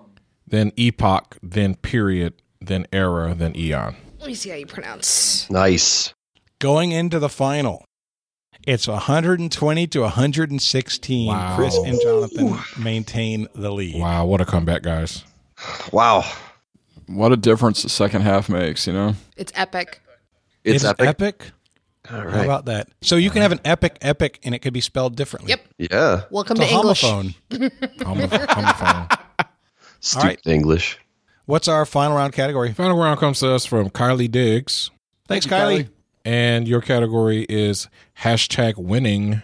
then epoch, then period, then era, then eon. Let me see how you pronounce. Nice. going into the final, it's 120 to 116. Wow. Chris and Jonathan maintain the lead. Wow, what a comeback, guys! Wow. What a difference the second half makes, you know? It's epic. It's, epic. All How right. about that? So you can have an epic epic, and it could be spelled differently. Yep. yeah. Welcome It's a to English. homophone. I'm a, I'm a fan. Stupid English. What's our final round category? Final round comes to us from Kylie Diggs, Thanks, Kylie. Kylie. and your category is hashtag winning.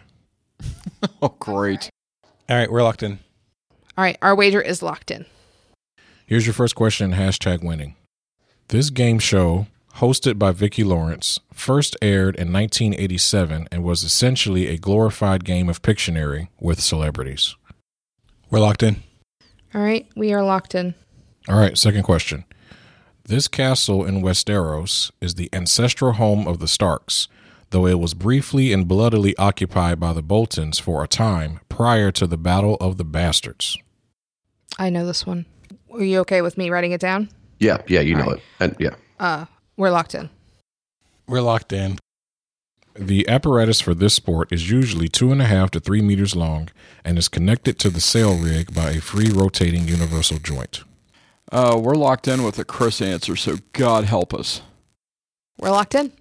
Oh, great. All right, we're locked in. All right, our wager is locked in. Here's your first question hashtag winning. This game show, hosted by Vicki Lawrence, first aired in 1987 and was essentially a glorified game of Pictionary with celebrities. We're locked in. All right, we are locked in. All right, second question. This castle in Westeros is the ancestral home of the Starks, though it was briefly and bloodily occupied by the Boltons for a time prior to the Battle of the Bastards. I know this one. Are you okay with me writing it down? Yeah, yeah, you know it. And yeah. Uh, we're locked in. We're locked in. The apparatus for this sport is usually two and a half to three meters long and is connected to the sail rig by a free rotating universal joint. Uh, we're locked in with a Chris answer, so God help us. We're locked in.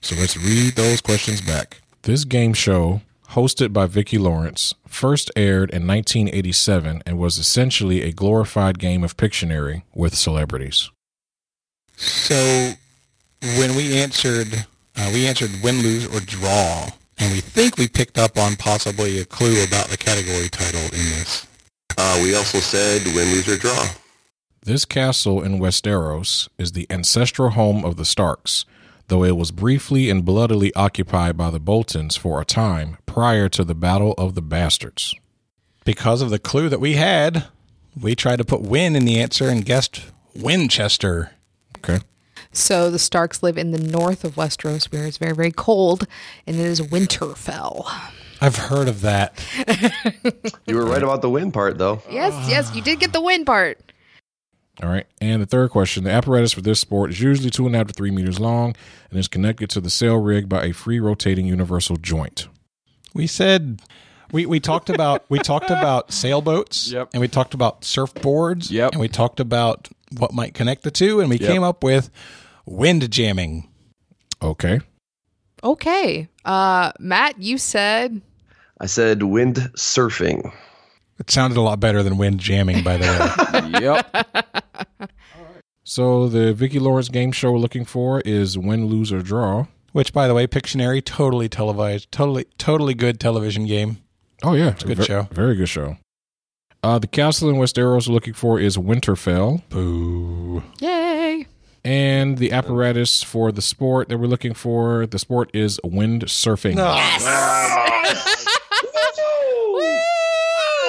So let's read those questions back. This game show, hosted by Vicki Lawrence, first aired in 1987 and was essentially a glorified game of Pictionary with celebrities. So when we answered, uh, we answered win, lose, or draw, and we think we picked up on possibly a clue about the category title in this. Uh, we also said win, lose, or draw. This castle in Westeros is the ancestral home of the Starks, though it was briefly and bloodily occupied by the Boltons for a time prior to the Battle of the Bastards. Because of the clue that we had, we tried to put Win in the answer and guessed Winchester. Okay. So the Starks live in the north of Westeros, where it's very, very cold, and it is Winterfell. I've heard of that. You were right about the win part, though. Yes, Ah. yes, you did get the win part. All right. And the third question the apparatus for this sport is usually two and a half to three meters long and is connected to the sail rig by a free rotating universal joint. We said we, we talked about we talked about sailboats Yep. and we talked about surfboards Yep. and we talked about what might connect the two and we Yep. came up with wind jamming. Okay. Okay. Uh, Matt, you said I said wind surfing. It sounded a lot better than wind jamming by the way. Yep. So the Vicki Lawrence game show we're looking for is win, lose, or draw. Which by the way, Pictionary totally televised, totally totally good television game. Oh, yeah. It's a good show. Very good show. Uh, the castle in Westeros we're looking for is Winterfell. Boo. yay. And the apparatus for the sport that we're looking for, the sport is wind surfing.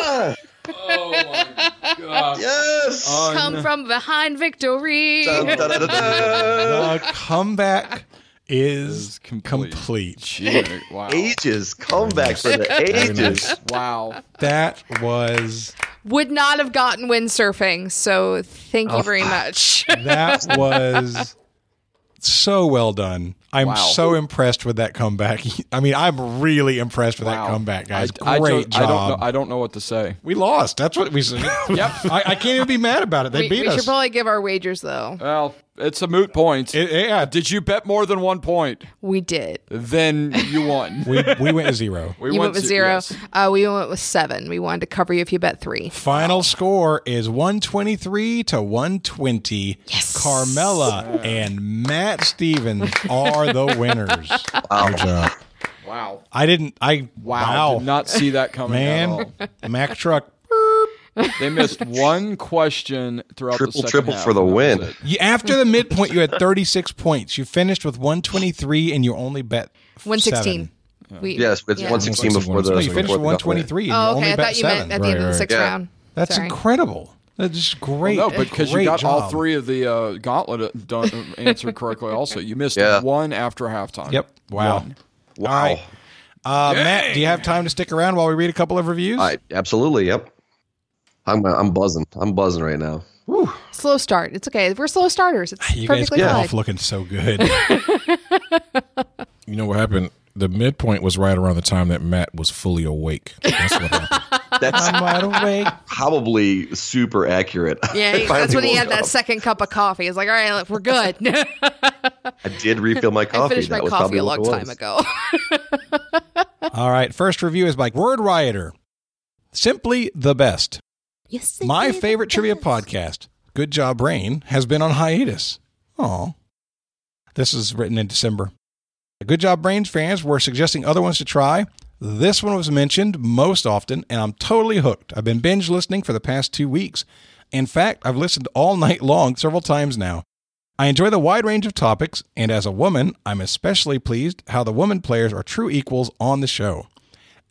Ah, Oh my gosh. yes. Oh, Come from behind victory. Dun, dun, dun, dun, dun. The comeback is Is complete. complete. Gee, wow. Ages comeback for the ages. Wow. That was Would not have gotten windsurfing, so thank Oh. you very much. that was so well done. I'm Wow. so impressed with that comeback. I mean, I'm really impressed with Wow. that comeback, guys. I, I don't, Great job. I don't, know, I don't know what to say. we lost. That's what we said. Yep. I, I can't even be mad about it. They we beat we us. should probably give our wagers though. Well, it's a moot point. It- yeah, d- Did you bet more than one point? We did. Then you won. we, we went to zero. We you went with to- zero. yes. Uh, we went with seven. We wanted to cover you if you bet three. Final score is 123 to 120. Yes. Carmella and Matt Stevens are the winners. Good job. Wow. I didn't, I, Wow. wow, Did not see that coming at all. man, Mac Truck. They missed one question throughout the Triple, second triple half, for the and that was win. it. You, after the midpoint, you had 36 points. You finished with 123 and you only bet f- 116. seven. We, Yes, it's yeah. one sixteen before the. No, you before finished with the 123 and Oh, you only okay. I bet thought you seven. meant at the end of the Right, sixth right. round. That's Sorry. incredible. That's just great. No, because you Great got all job. three of the uh, gauntlet done, uh, answered correctly. Also, you missed Yeah. one after halftime. Yep. Wow. Wow. All right. Uh, Matt, do you have time to stick around while we read a couple of reviews? All right, absolutely. Yep. I'm uh, I'm buzzing. I'm buzzing right now. Slow start. It's okay. We're slow starters. It's You guys perfectly got fine. off looking so good. You know what happened? The midpoint was right around the time that Matt was fully awake. That's what happened. That's I'm wide awake. probably super accurate. Yeah, he- I that's finally when he woke had that up. second cup of coffee. He's like, all right, look, we're good. I did refill my coffee. I finished That my was coffee probably a what long it time was. ago. All right. First review is by Word Rioter. Simply the best. Yes, My favorite trivia podcast, Good Job Brain, has been on hiatus. Aw. This is written in December. Good Job Brains fans were suggesting other ones to try. This one was mentioned most often, and I'm totally hooked. I've been binge listening for the past two weeks. In fact, I've listened all night long several times now. I enjoy the wide range of topics, and as a woman, I'm especially pleased how the woman players are true equals on the show.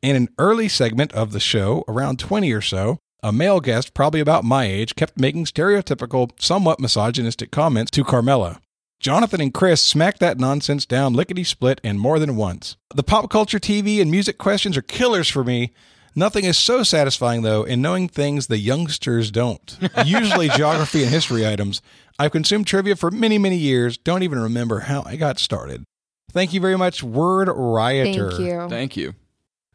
In an early segment of the show, around 20 or so, A male guest, probably about my age, kept making stereotypical, somewhat misogynistic comments to Carmela. Jonathan and Chris smacked that nonsense down lickety split and more than once. The pop culture TV and music questions are killers for me. Nothing is so satisfying, though, in knowing things the youngsters don't. Usually geography and history items. I've consumed trivia for many, many years. Don't even remember how I got started. Thank you very much, Word Rioter. Thank you. Thank you.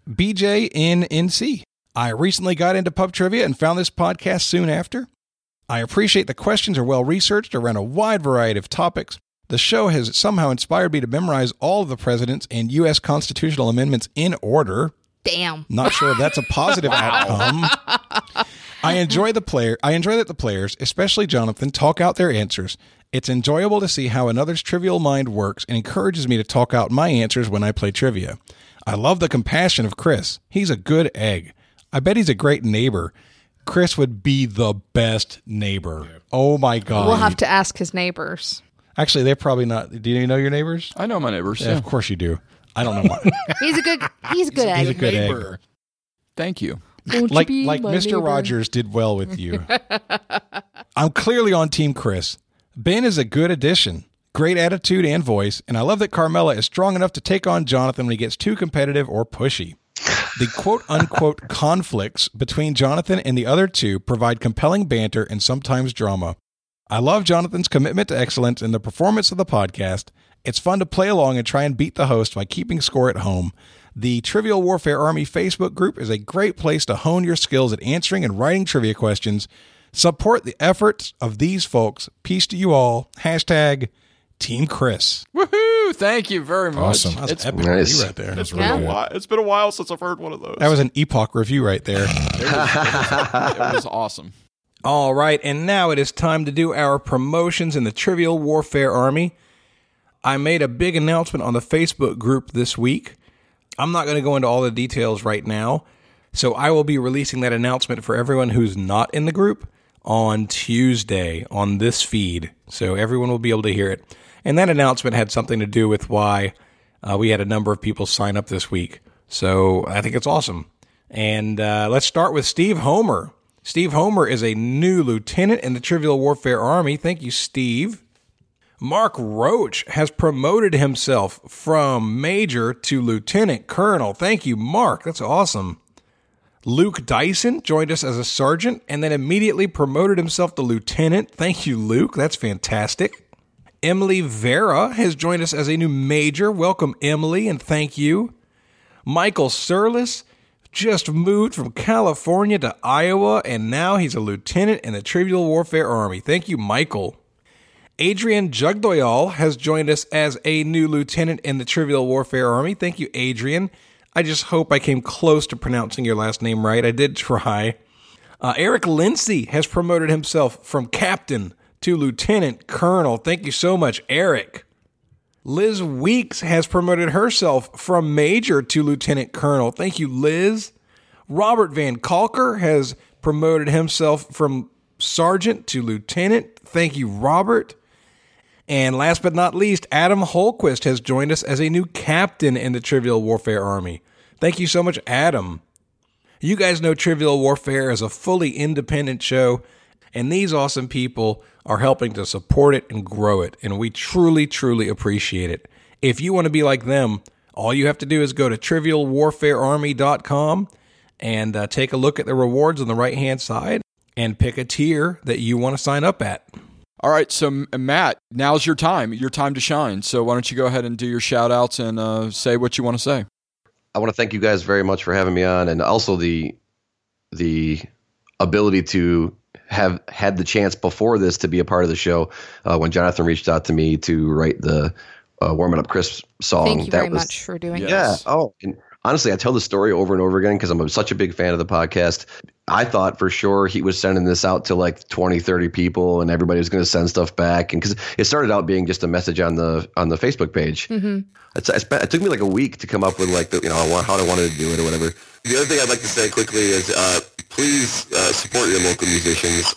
BJ in NC. I recently got into pub trivia and found this podcast soon after. I appreciate the questions are well researched around a wide variety of topics. The show has somehow inspired me to memorize all of the presidents and U.S. constitutional amendments in order. Damn. Not sure if that's a positive outcome. I enjoy the player. I enjoy that the players, especially Jonathan, talk out their answers. It's enjoyable to see how another's trivial mind works and encourages me to talk out my answers when I play trivia. I love the compassion of Chris. He's a good egg. I bet he's a great neighbor. Chris would be the best neighbor. Oh my god. We'll have to ask his neighbors. Actually, they're probably not. Do you know your neighbors? I know my neighbors. Yeah, Of course you do. I don't know why. He's a good. He's a good egg. he's a good egg. neighbor. Thank you. Won't you like be like my Mr. neighbor? Rogers did well with you. I'm clearly on Team Chris. Ben is a good addition, great attitude and voice, and I love that Carmela is strong enough to take on Jonathan when he gets too competitive or pushy. The quote unquote conflicts between Jonathan and the other two provide compelling banter and sometimes drama. I love Jonathan's commitment to excellence and the performance of the podcast. It's fun to play along and try and beat the host by keeping score at home. The Trivial Warfare Army Facebook group is a great place to hone your skills at answering and writing trivia questions. Support the efforts of these folks. Peace to you all. Hashtag Team Chris. Woohoo! Thank you very much. Awesome. That's It's, epic Nice. review right there. it's Yeah. been a while. It's been a while since I've heard one of those. That was an epoch review right there. it was awesome. All right, and now it is time to do our promotions in the Trivial Warfare Army. I made a big announcement on the Facebook group this week. I'm not going to go into all the details right now, so I will be releasing that announcement for everyone who's not in the group on Tuesday on this feed, so everyone will be able to hear it. And that announcement had something to do with why uh, we had a number of people sign up this week. So I think it's awesome. And uh, let's start with Steve Homer. Steve Homer is a new lieutenant in the Trivial Warfare Army. Thank you, Steve. Mark Roach has promoted himself from major to lieutenant colonel. Thank you, Mark. That's awesome. Luke Dyson joined us as a sergeant and then immediately promoted himself to lieutenant. Thank you, Luke. That's fantastic. Emily Vera has joined us as a new major. Welcome, Emily, and thank you. Michael Surlis just moved from California to Iowa, and now he's a lieutenant in the Trivial Warfare Army. Thank you, Michael. Adrian Jugdoyal has joined us as a new lieutenant in the Trivial Warfare Army. Thank you, Adrian. I just hope I came close to pronouncing your last name right. I did try. Uh, Eric Lindsay has promoted himself from captain to lieutenant colonel. Thank you so much, Eric. Liz Weeks has promoted herself from major to lieutenant colonel. Thank you, Liz. Robert Van Kalker has promoted himself from sergeant to lieutenant. Thank you, Robert. And last but not least, Adam Holquist has joined us as a new captain in the Trivial Warfare Army. Thank you so much, Adam. You guys know Trivial Warfare is a fully independent show, and these awesome people are helping to support it and grow it, and we truly, truly appreciate it. If you want to be like them, all you have to do is go to trivialwarfarearmy.com and uh, take a look at the rewards on the right hand side and pick a tier that you want to sign up at. All right, so M- uh, Matt, now's your time. Your time to shine. So why don't you go ahead and do your shout outs and uh, say what you want to say? I want to thank you guys very much for having me on, and also the the ability to have had the chance before this to be a part of the show. Uh, when Jonathan reached out to me to write the uh, "Warming Up Chris" song, Thank you that very was much for doing Yeah. it. yeah. Yes. Oh, and honestly, I tell the story over and over again because I'm such a big fan of the podcast. I thought for sure he was sending this out to like 20, 30 people and everybody was going to send stuff back. And because it started out being just a message on the on the Facebook page. It's, I spent, it took me like a week to come up with like, the, you know, I want- how I wanted to do it or whatever. The other thing I'd like to say quickly is uh, please uh, support your local musicians.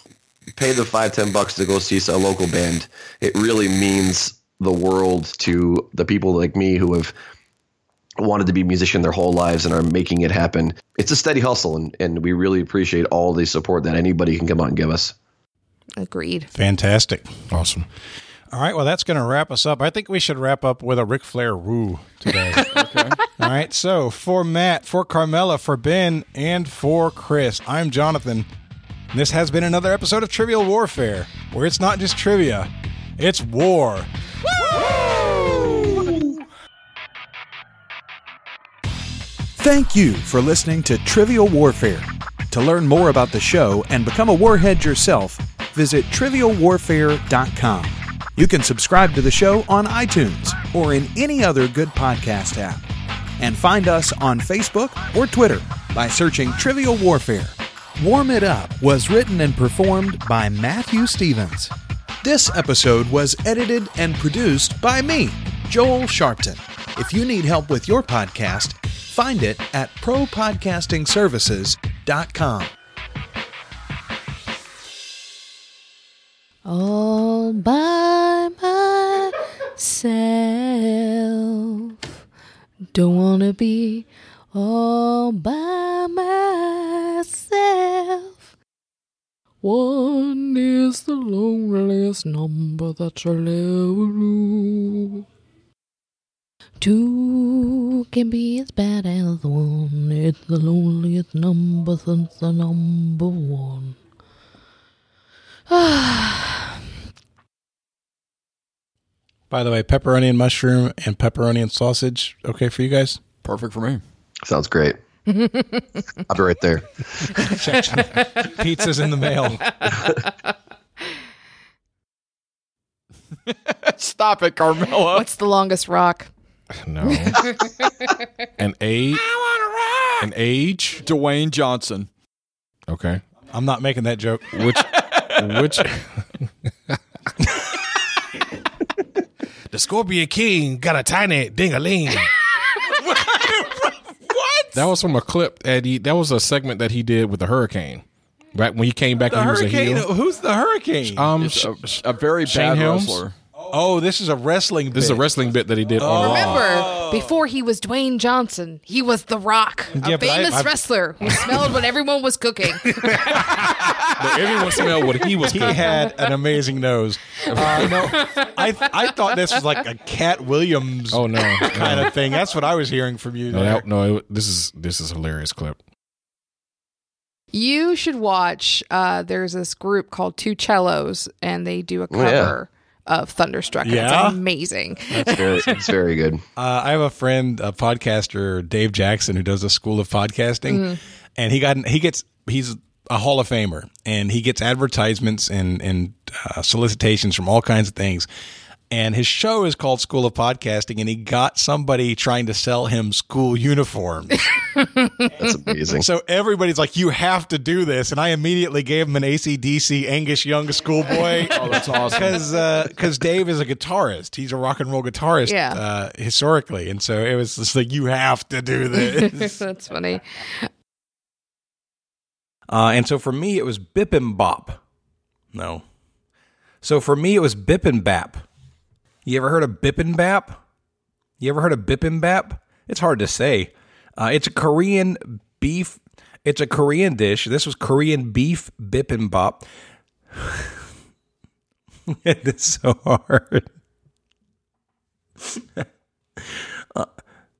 Pay the five, ten bucks to go see a local band. It really means the world to the people like me who have wanted to be a musician their whole lives and are making it happen. It's a steady hustle, and, and we really appreciate all the support that anybody can come out and give us. Agreed. Fantastic. Awesome. All right, well, that's going to wrap us up. I think we should wrap up with a Ric Flair woo today. okay. All right, so for Matt, for Carmela, for Ben, and for Chris, I'm Jonathan. And this has been another episode of Trivial Warfare, where it's not just trivia, it's war. Thank you for listening to Trivial Warfare. To learn more about the show and become a warhead yourself, visit trivialwarfare.com. You can subscribe to the show on iTunes or in any other good podcast app. And find us on Facebook or Twitter by searching Trivial Warfare. Warm It Up was written and performed by Matthew Stevens. This episode was edited and produced by me, Joel Sharpton. If you need help with your podcast, find it at propodcastingservices.com. All by myself. Don't want to be all by myself. One is the loneliest number that you'll ever know. Two can be as bad as one. It's the loneliest number since the number one. By the way, pepperoni and mushroom and pepperoni and sausage, okay for you guys? Perfect for me. Sounds great. I'll be right there. Pizza's in the mail. Stop it, Carmela. What's the longest rock? No. an age. An age. Dwayne Johnson. Okay. I'm not making that joke. Which. Which. the Scorpion King got a tiny ding a ling. what? That was from a clip that he. That was a segment that he did with the hurricane. Right when he came back The and he was a hurricane. heel. Who's the hurricane? Um, It's sh- a, a very Shane bad Helms? wrestler. oh, this is a wrestling. this is a bit. wrestling bit that he Oh, did on Raw. Remember, before he was Dwayne Johnson, he was The Rock, a Yeah, but I- famous I- wrestler who smelled what everyone was cooking. But everyone smelled what he was He cooking. had an amazing nose. Uh, no, I I thought this was like a Cat Williams oh no, kind no. of thing. That's what I was hearing from you. No, there. that- no, it- this is this is a hilarious clip. You should watch. Uh, there's this group called Two Cellos, and they do a Oh, yeah. cover of Thunderstruck. Yeah? It's amazing. It's very, it's very good. Uh, I have a friend, a podcaster, Dave Jackson, who does a school of podcasting, and he got he gets he's a Hall of Famer, and he gets advertisements and and uh, solicitations from all kinds of things. And his show is called School of Podcasting, and he got somebody trying to sell him school uniforms. That's amazing. so everybody's like, "You have to do this," and I immediately gave him an ACDC Angus Young schoolboy. Oh, that's awesome. because because Dave is a guitarist. He's a rock and roll guitarist Yeah. uh, historically, and so it was just like you have to do this. That's funny. uh, and so for me, it was Bip and Bop. No, so for me, it was Bip and Bap. You ever heard of Bip and Bap? You ever heard of Bip and Bap? It's hard to say. Uh, it's a Korean beef. It's a Korean dish. This was Korean beef Bip and Bop. it's so hard.